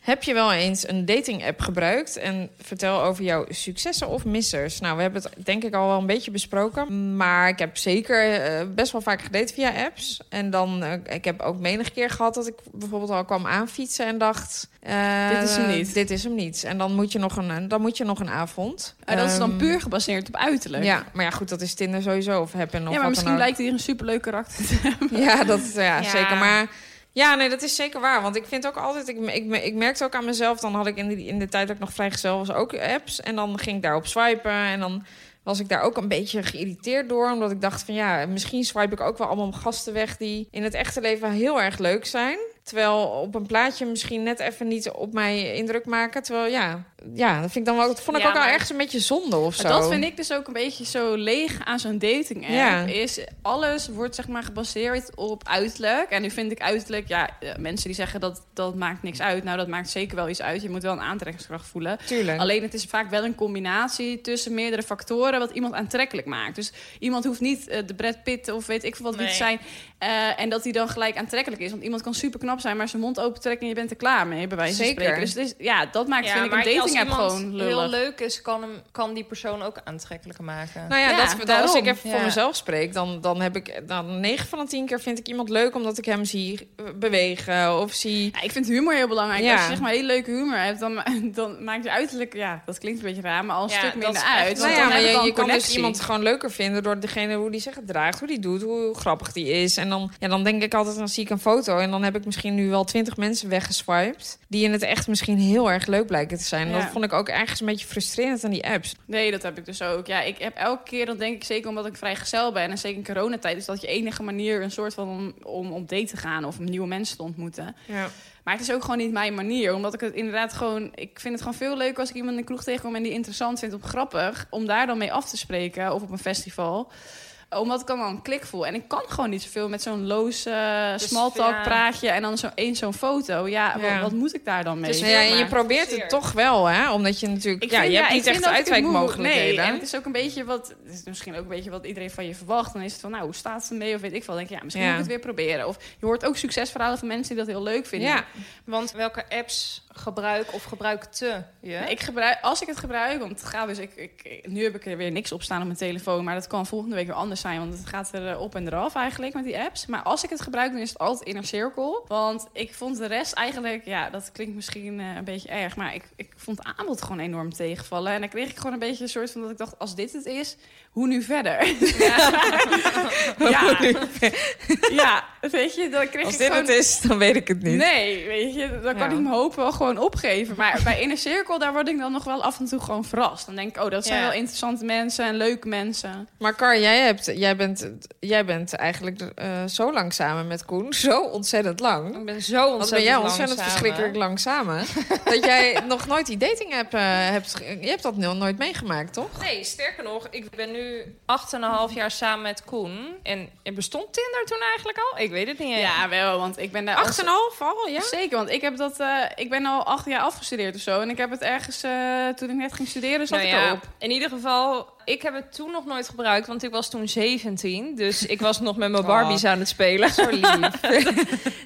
[SPEAKER 5] Heb je wel eens een dating-app gebruikt? En vertel over jouw successen of missers. Nou, we hebben het denk ik al wel een beetje besproken. Maar ik heb zeker eh, best wel vaak gedate via apps. En dan, eh, ik heb ook menig keer gehad dat ik bijvoorbeeld al kwam aanfietsen en dacht... eh,
[SPEAKER 6] Dit is hem niet.
[SPEAKER 5] Dit is hem niet. En dan moet je nog een, dan moet je nog een avond.
[SPEAKER 6] En Oh, dat is dan
[SPEAKER 5] Ehm,
[SPEAKER 6] puur gebaseerd op uiterlijk.
[SPEAKER 5] Ja, maar ja, goed, dat is Tinder sowieso. Of Happen of
[SPEAKER 6] Ja,
[SPEAKER 5] wat
[SPEAKER 6] maar
[SPEAKER 5] dan
[SPEAKER 6] misschien
[SPEAKER 5] ook.
[SPEAKER 6] lijkt hij hier een superleuk karakter te hebben.
[SPEAKER 5] Ja, dat ja, zeker.
[SPEAKER 4] Ja.
[SPEAKER 5] Maar ja, nee, dat is zeker waar. Want ik vind ook altijd, ik, ik, ik merkte ook aan mezelf, dan had ik in, die, in de tijd dat ik nog vrijgezel was ook apps. En dan ging ik daarop swipen. En dan was ik daar ook een beetje geïrriteerd door. Omdat ik dacht van ja, misschien swipe ik ook wel allemaal gasten weg die in het echte leven heel erg leuk zijn. Terwijl op een plaatje misschien net even niet op mij indruk maken. Terwijl ja, ja dat vind ik dan wel. Dat vond ik
[SPEAKER 4] Ja,
[SPEAKER 5] ook wel
[SPEAKER 4] maar-
[SPEAKER 5] ergens een beetje zonde of zo.
[SPEAKER 6] Maar dat vind ik dus ook een beetje zo leeg aan zo'n dating app.
[SPEAKER 5] Ja.
[SPEAKER 6] Is alles wordt zeg maar gebaseerd op uiterlijk. En nu vind ik uiterlijk, ja, eh, mensen die zeggen dat dat maakt niks uit. Nou, dat maakt zeker wel iets uit. Je moet wel een aantrekkingskracht voelen.
[SPEAKER 5] Tuurlijk.
[SPEAKER 6] Alleen het is vaak wel een combinatie tussen meerdere factoren wat iemand aantrekkelijk maakt. Dus iemand hoeft niet eh, de Brad Pitt of weet ik veel wat wie
[SPEAKER 4] Nee.
[SPEAKER 6] het zijn. eh, en dat die dan gelijk aantrekkelijk is. Want iemand kan super knap zijn, maar zijn mond open trekken en je bent er klaar mee, bij wijze van
[SPEAKER 5] Zeker.
[SPEAKER 6] spreken. Dus het is- ja, dat maakt
[SPEAKER 4] Ja,
[SPEAKER 6] vind ik een
[SPEAKER 4] als
[SPEAKER 6] dating app
[SPEAKER 4] iemand
[SPEAKER 6] gewoon
[SPEAKER 4] heel
[SPEAKER 6] lullig.
[SPEAKER 4] leuk is, kan, hem, kan die persoon ook aantrekkelijker maken.
[SPEAKER 5] Nou ja,
[SPEAKER 6] Ja,
[SPEAKER 5] dat, dat- als
[SPEAKER 6] daarom.
[SPEAKER 5] ik even
[SPEAKER 4] Ja.
[SPEAKER 5] voor mezelf spreek, dan, dan heb ik dan 9 van de 10 keer vind ik iemand leuk omdat ik hem zie eh, bewegen of zie.
[SPEAKER 6] Ja, ik vind humor heel belangrijk.
[SPEAKER 5] Ja.
[SPEAKER 6] Als je zeg maar heel leuke humor hebt, dan, dan maakt je uiterlijk... Ja, dat klinkt een beetje raar, maar al een
[SPEAKER 4] Ja,
[SPEAKER 6] stuk
[SPEAKER 4] dat
[SPEAKER 6] minder
[SPEAKER 4] is echt-
[SPEAKER 6] uit.
[SPEAKER 5] Nou
[SPEAKER 6] want
[SPEAKER 5] ja,
[SPEAKER 6] dan
[SPEAKER 5] maar
[SPEAKER 6] heb
[SPEAKER 5] je,
[SPEAKER 6] ik al
[SPEAKER 5] je
[SPEAKER 6] een
[SPEAKER 5] kan dus
[SPEAKER 6] connectie.
[SPEAKER 5] iemand gewoon leuker vinden door degene hoe die zich gedraagt, hoe die doet, hoe grappig die is. En dan, ja, dan denk ik altijd, dan zie ik een foto en dan heb ik misschien nu wel 20 mensen weggeswiped die in het echt misschien heel erg leuk blijken te zijn. En
[SPEAKER 6] Ja.
[SPEAKER 5] Dat vond ik ook ergens een beetje frustrerend aan die apps.
[SPEAKER 6] Nee, dat heb ik dus ook. Ja, ik heb elke keer, dat denk ik zeker omdat ik vrijgezel ben... en zeker in coronatijd, is dat je enige manier een soort van... om, om op date te gaan of om nieuwe mensen te ontmoeten.
[SPEAKER 5] Ja.
[SPEAKER 6] Maar het is ook gewoon niet mijn manier. Omdat ik het inderdaad gewoon... Ik vind het gewoon veel leuker als ik iemand in de kroeg tegenkom... en die interessant vindt of grappig. Om daar dan mee af te spreken. Of op een festival. Omdat ik dan wel een klik voel. En ik kan gewoon niet zoveel met zo'n loos eh
[SPEAKER 4] Dus,
[SPEAKER 6] smalltalk
[SPEAKER 4] ja.
[SPEAKER 6] praatje en dan zo één zo'n foto. Ja, wa-
[SPEAKER 5] Ja.
[SPEAKER 6] Wat, moet ik daar dan mee?
[SPEAKER 5] Dus ja, en je probeert het toch wel, hè? Omdat je natuurlijk... ja, je hebt niet
[SPEAKER 6] ik
[SPEAKER 5] echt
[SPEAKER 6] vind dat ik het moet.
[SPEAKER 5] uitwijkmogelijkheden.
[SPEAKER 6] Nee, en het is ook een beetje wat... Het is misschien ook een beetje wat iedereen van je verwacht. Dan is het van, nou, hoe staat ze mee? Of weet ik veel. Dan denk je, ja, misschien
[SPEAKER 5] Ja.
[SPEAKER 6] moet ik het weer proberen. Of je hoort ook succesverhalen van mensen die dat heel leuk vinden.
[SPEAKER 5] ja.
[SPEAKER 4] Want welke apps gebruik of gebruikte je?
[SPEAKER 6] Ja, Ik gebruik, als ik het gebruik, want het gaat dus, ik, ik, nu heb ik er weer niks op staan op mijn telefoon, maar dat kan volgende week weer anders zijn, want het gaat er eh, op en eraf eigenlijk met die apps. Maar als ik het gebruik, dan is het altijd in een cirkel, want ik vond de rest eigenlijk, ja, dat klinkt misschien eh, een beetje erg, maar ik, ik vond het aanbod gewoon enorm tegenvallen. En dan kreeg ik gewoon een beetje een soort van dat ik dacht, als dit het is, hoe nu verder? Ja, ja, weet je, dan kreeg
[SPEAKER 5] Als
[SPEAKER 6] ik
[SPEAKER 5] dit
[SPEAKER 6] gewoon...
[SPEAKER 5] het is, dan weet ik het niet.
[SPEAKER 6] Nee, weet je, dan kan
[SPEAKER 5] Ja.
[SPEAKER 6] ik mijn hoop wel gewoon opgeven. Maar bij Inner Cirkel, daar word ik dan nog wel af en toe gewoon verrast. Dan denk ik, oh, dat zijn
[SPEAKER 4] Ja.
[SPEAKER 6] wel interessante mensen en leuke mensen.
[SPEAKER 5] Maar Kar, jij, hebt, jij, bent, jij bent eigenlijk eh, zo lang samen met Koen. Zo ontzettend lang.
[SPEAKER 4] Ik ben zo ontzettend
[SPEAKER 5] Want ben jij
[SPEAKER 4] lang
[SPEAKER 5] ontzettend
[SPEAKER 4] samen.
[SPEAKER 5] verschrikkelijk lang samen. dat jij nog nooit die dating app eh, hebt... ge- Je hebt dat nog nooit meegemaakt, toch?
[SPEAKER 4] Nee, sterker nog, ik ben nu 8,5 jaar samen met Koen. En er bestond Tinder toen eigenlijk al? Ik weet het niet.
[SPEAKER 6] Ja,
[SPEAKER 4] eens.
[SPEAKER 6] wel, want ik ben daar...
[SPEAKER 5] Acht en een half al, ja?
[SPEAKER 6] als- Zeker, want ik, heb dat, eh, ik ben al acht jaar afgestudeerd of zo. En ik heb het ergens, eh, toen ik net ging studeren, zat
[SPEAKER 4] Nou
[SPEAKER 6] ik
[SPEAKER 4] ja,
[SPEAKER 6] al op.
[SPEAKER 4] in ieder geval, ik heb het toen nog nooit gebruikt, want ik was toen 17. Dus ik was nog met
[SPEAKER 5] Oh.
[SPEAKER 4] mijn Barbies aan het spelen.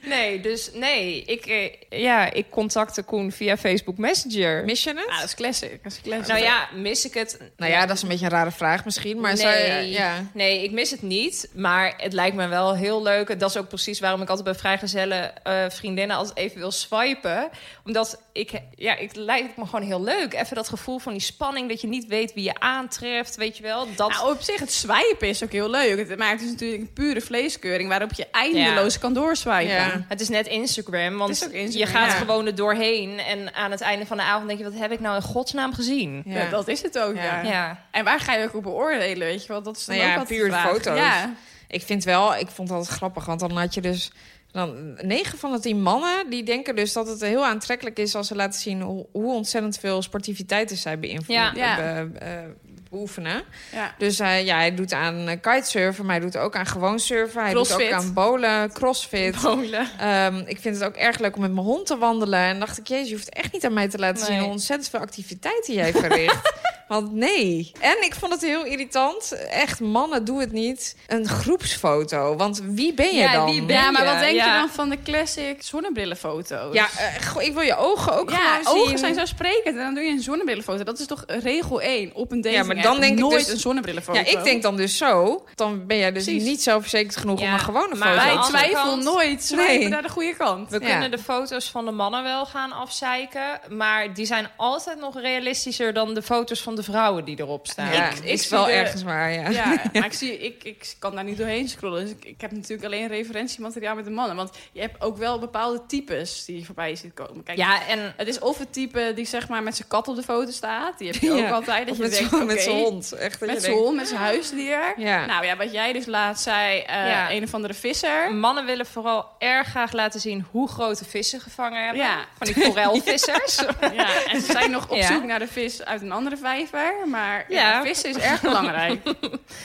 [SPEAKER 4] nee, dus nee, ik, eh, ja, ik contacte Koen via Facebook Messenger.
[SPEAKER 5] Mis je
[SPEAKER 6] Ja, dat
[SPEAKER 5] het?
[SPEAKER 6] is classic. Dat is classic.
[SPEAKER 4] Nou ja, mis ik het?
[SPEAKER 5] Nou ja, dat is een beetje een rare vraag misschien. Maar
[SPEAKER 4] nee,
[SPEAKER 5] zou je- ja.
[SPEAKER 4] nee, ik mis het niet. Maar het lijkt me wel heel leuk. En dat is ook precies waarom ik altijd bij vrijgezellen eh, vriendinnen altijd even wil swipen. Omdat ik, ja, ik lijkt me gewoon heel leuk. Even dat gevoel van die spanning dat je niet weet wie je aantreft, weet je wel. Dat
[SPEAKER 6] Nou, op zich, het swipen is ook heel leuk. Het- Maar het is natuurlijk een pure vleeskeuring... waarop je eindeloos kan doorswipen.
[SPEAKER 5] Ja.
[SPEAKER 4] Het is net Instagram, want
[SPEAKER 6] Het is ook Instagram,
[SPEAKER 4] je gaat
[SPEAKER 6] ja.
[SPEAKER 4] gewoon er doorheen. En aan het einde van de avond denk je, wat heb ik nou in godsnaam gezien?
[SPEAKER 5] Ja.
[SPEAKER 6] Ja, dat is het ook,
[SPEAKER 5] Ja.
[SPEAKER 6] ja.
[SPEAKER 4] Ja.
[SPEAKER 6] En waar ga je ook op beoordelen, weet je wel? Dat is dan
[SPEAKER 5] Nou ja,
[SPEAKER 6] ook altijd
[SPEAKER 5] puur
[SPEAKER 6] de vraag.
[SPEAKER 5] foto's.
[SPEAKER 6] Ja.
[SPEAKER 5] Ik vind wel, ik vond dat grappig, want dan had je dus dan 9 van de 10 mannen die denken dus dat het heel aantrekkelijk is als ze laten zien hoe, hoe ontzettend veel sportiviteit is zij beïnvloeden. eh,
[SPEAKER 6] Ja.
[SPEAKER 5] Beoefenen.
[SPEAKER 6] Ja.
[SPEAKER 5] Dus hij, ja, hij doet aan eh, kitesurfen, maar hij doet ook aan gewoon surfen. Hij doet
[SPEAKER 6] Crossfit.
[SPEAKER 5] ook aan bowlen, crossfit. Ehm, ik vind het ook erg leuk om met mijn hond te wandelen. En dacht ik, jezus, je hoeft echt niet aan mij te laten zien
[SPEAKER 4] Nee.
[SPEAKER 5] hoe ontzettend veel activiteiten jij verricht. Want nee. En ik vond het heel irritant. Echt, mannen, doe het niet. Een groepsfoto. Want wie ben je
[SPEAKER 4] Ja,
[SPEAKER 5] dan?
[SPEAKER 4] wie ben-
[SPEAKER 6] Ja, maar
[SPEAKER 4] je?
[SPEAKER 6] wat denk
[SPEAKER 4] Ja.
[SPEAKER 6] je dan van de classic zonnebrillenfoto's?
[SPEAKER 5] Ja, eh, goh, ik wil je ogen ook
[SPEAKER 6] Ja,
[SPEAKER 5] gewoon zien.
[SPEAKER 6] ogen zijn zo sprekend. En dan doe je een zonnebrillenfoto. Dat is toch regel 1 op een dating
[SPEAKER 5] Ja, maar dan denk ik
[SPEAKER 6] Nooit
[SPEAKER 5] dus-
[SPEAKER 6] een zonnebrillenfoto.
[SPEAKER 5] Ja, ik denk dan dus zo. Dan ben jij dus
[SPEAKER 6] Precies.
[SPEAKER 5] niet zelfverzekerd genoeg om
[SPEAKER 4] Ja,
[SPEAKER 5] een gewone
[SPEAKER 4] maar wij
[SPEAKER 5] foto te
[SPEAKER 6] Bij
[SPEAKER 4] Aan de
[SPEAKER 5] maken.
[SPEAKER 4] twee-
[SPEAKER 6] twijfel
[SPEAKER 4] kant-
[SPEAKER 6] nooit. Ze
[SPEAKER 5] Nee.
[SPEAKER 6] naar de goede kant.
[SPEAKER 4] We
[SPEAKER 5] Ja.
[SPEAKER 4] kunnen de foto's van de mannen wel gaan afzeiken. Maar die zijn altijd nog realistischer dan de foto's van de vrouwen die erop staan.
[SPEAKER 5] Ja,
[SPEAKER 6] Ik- ik
[SPEAKER 5] is
[SPEAKER 6] zie
[SPEAKER 5] wel
[SPEAKER 6] de-
[SPEAKER 5] ergens waar, ja.
[SPEAKER 6] Ja, maar ik, zie, ik, ik kan daar niet doorheen scrollen. Dus ik, ik heb natuurlijk alleen referentiemateriaal met de mannen. Want je hebt ook wel bepaalde types die je voorbij ziet komen. Kijk,
[SPEAKER 4] Ja, en
[SPEAKER 6] Het is of het type die zeg maar met zijn kat op de foto staat. Die heb je ook
[SPEAKER 5] Ja.
[SPEAKER 6] altijd. Dat
[SPEAKER 5] Of
[SPEAKER 6] je
[SPEAKER 5] met
[SPEAKER 6] denkt,
[SPEAKER 5] zo'n- met
[SPEAKER 6] oké,
[SPEAKER 5] zijn hond. Echt, dat je
[SPEAKER 6] Met zijn
[SPEAKER 5] denkt,
[SPEAKER 6] hond, met zijn huisdier.
[SPEAKER 5] Ja.
[SPEAKER 6] Nou ja, wat jij dus laatst zei, eh,
[SPEAKER 4] Ja.
[SPEAKER 6] een of andere visser.
[SPEAKER 4] mannen willen vooral erg graag laten zien hoe grote vissen gevangen hebben.
[SPEAKER 6] Ja.
[SPEAKER 4] Van die forelvissers.
[SPEAKER 6] Ja, en ze zijn nog op
[SPEAKER 4] Ja.
[SPEAKER 6] zoek naar de vis uit een andere vijver. Maar ja.
[SPEAKER 4] Ja.
[SPEAKER 6] vissen is erg belangrijk.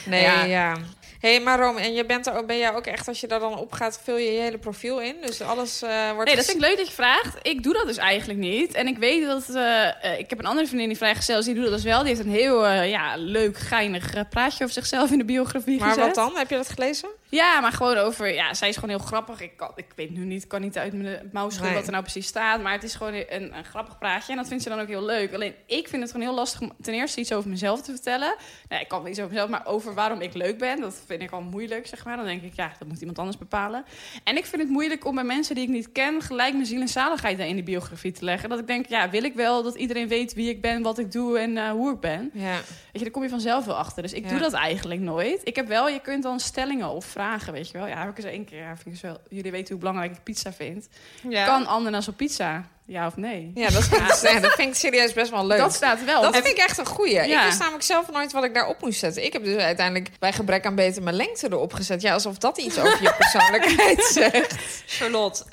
[SPEAKER 5] Nee, ja.
[SPEAKER 4] Ja.
[SPEAKER 5] Hé, hey, maar Rome, en je bent er, ook- ben jij ook echt, als je daar dan op gaat, vul je je hele profiel in? Dus alles eh, wordt...
[SPEAKER 6] Nee, dat vind ik leuk dat je vraagt. Ik doe dat dus eigenlijk niet. En ik weet dat... eh, eh, ik heb een andere vriendin die vrijgezel is, die doet dat dus wel. Die heeft een heel eh, ja, leuk, geinig eh, praatje over zichzelf in de biografie
[SPEAKER 5] Maar
[SPEAKER 6] gezet.
[SPEAKER 5] wat dan? Heb je dat gelezen?
[SPEAKER 6] Ja, maar gewoon over... Ja, zij is gewoon heel grappig. Ik, kan, ik weet nu niet, kan niet uit mijn mouw schudden
[SPEAKER 5] Nee.
[SPEAKER 6] wat er nou precies staat. Maar het is gewoon een, een grappig praatje. En dat vindt ze dan ook heel leuk. Alleen, ik vind het gewoon heel lastig om ten eerste iets over mezelf te vertellen. Nou, ik kan wel iets over mezelf, maar over waarom ik leuk ben. Dat vind ik al moeilijk, zeg maar. Dan denk ik, ja, dat moet iemand anders bepalen. En ik vind het moeilijk om bij mensen die ik niet ken... gelijk mijn ziel en zaligheid daar in die biografie te leggen. Dat ik denk, ja, wil ik wel dat iedereen weet wie ik ben, wat ik doe en eh, hoe ik ben.
[SPEAKER 5] Ja.
[SPEAKER 6] Weet je, daar kom je vanzelf wel achter. Dus ik
[SPEAKER 5] Ja.
[SPEAKER 6] doe dat eigenlijk nooit. Ik heb wel, je kunt dan stellingen of vragen, weet dus je wel. Ja, heb ik eens één keer. Ja, vind ik eens wel, jullie weten hoe belangrijk ik pizza vind.
[SPEAKER 4] Ja.
[SPEAKER 6] Kan ananas op pizza? Ja of nee?
[SPEAKER 5] Ja, dat vind, ik, ja, dat vind ik serieus best wel leuk.
[SPEAKER 6] Dat
[SPEAKER 5] Dat,
[SPEAKER 6] staat wel.
[SPEAKER 5] vind ik echt een goeie. Ik
[SPEAKER 6] Ja.
[SPEAKER 5] wist namelijk zelf nooit wat ik daarop moest zetten. Ik heb dus uiteindelijk bij gebrek aan beter mijn lengte erop gezet. Ja, alsof dat iets over je persoonlijkheid zegt.
[SPEAKER 4] Charlotte,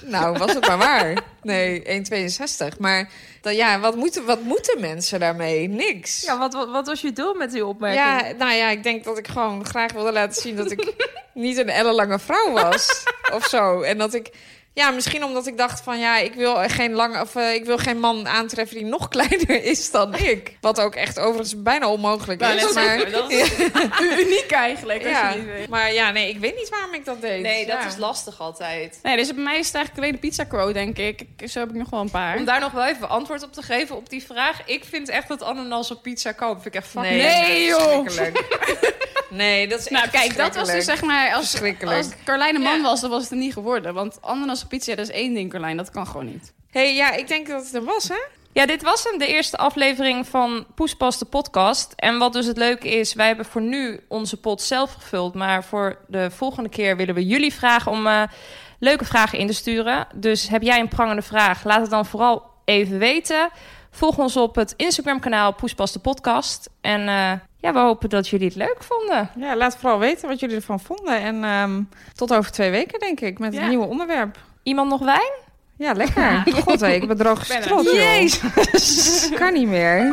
[SPEAKER 4] 1,40.
[SPEAKER 5] Nou, was het maar waar. Nee, 1,62. Maar dan, ja, wat moeten, wat moeten mensen daarmee? Niks.
[SPEAKER 7] Ja, wat, wat, wat was je doel met die opmerking?
[SPEAKER 5] Ja, nou ja, ik denk dat ik gewoon graag wilde laten zien dat ik niet een ellenlange vrouw was of zo. En dat ik, ja, misschien omdat ik dacht van ja, ik wil geen lang of eh, ik wil geen man aantreffen die nog kleiner is dan ik. Wat ook echt overigens bijna onmogelijk
[SPEAKER 6] Wou
[SPEAKER 5] is.
[SPEAKER 6] net
[SPEAKER 5] Maar,
[SPEAKER 6] zeggen, Nou, dat is- uniek eigenlijk. Als
[SPEAKER 5] ja,
[SPEAKER 6] je niet weet.
[SPEAKER 5] maar ja, nee, ik weet niet waarom ik dat deed.
[SPEAKER 4] Nee, dat
[SPEAKER 5] Ja.
[SPEAKER 4] is lastig altijd.
[SPEAKER 6] Nee, dus bij mij is het eigenlijk alleen de pizza crow, denk ik. Ik- Zo heb ik nog wel een paar.
[SPEAKER 4] Om daar nog wel even antwoord op te geven op die vraag. Ik vind echt dat ananas op pizza kopen. Vind ik echt fucking...
[SPEAKER 5] Nee,
[SPEAKER 6] Nee,
[SPEAKER 5] dat is
[SPEAKER 6] joh.
[SPEAKER 5] verschrikkelijk. Nee, dat is
[SPEAKER 6] Nou,
[SPEAKER 5] echt
[SPEAKER 6] kijk, dat was dus
[SPEAKER 5] verschrikkelijk.
[SPEAKER 6] zeg maar... Als,
[SPEAKER 5] Verschrikkelijk.
[SPEAKER 6] als Carlijn een man
[SPEAKER 4] Ja.
[SPEAKER 6] was, dan was het er niet geworden. Want ananas op pizza, dat is één ding, Carlijn. Dat kan gewoon niet.
[SPEAKER 5] hey, ja, ik denk dat het hem was, hè?
[SPEAKER 4] Ja, dit was hem, de eerste aflevering van Poespas de podcast. En wat dus het leuke is, wij hebben voor nu onze pot zelf gevuld. Maar voor de volgende keer willen we jullie vragen om eh, leuke vragen in te sturen. Dus heb jij een prangende vraag, laat het dan vooral even weten. Volg ons op het Instagram kanaal Poespas de podcast. En eh, ja, we hopen dat jullie het leuk vonden.
[SPEAKER 5] Ja, laat vooral weten wat jullie ervan vonden. En ehm, tot over twee weken, denk ik, met
[SPEAKER 6] Ja.
[SPEAKER 5] een nieuw onderwerp.
[SPEAKER 4] Iemand nog wijn?
[SPEAKER 5] Ja, lekker. God, hé, ik ben droog gestrot, joh. Jezus. Kan niet meer.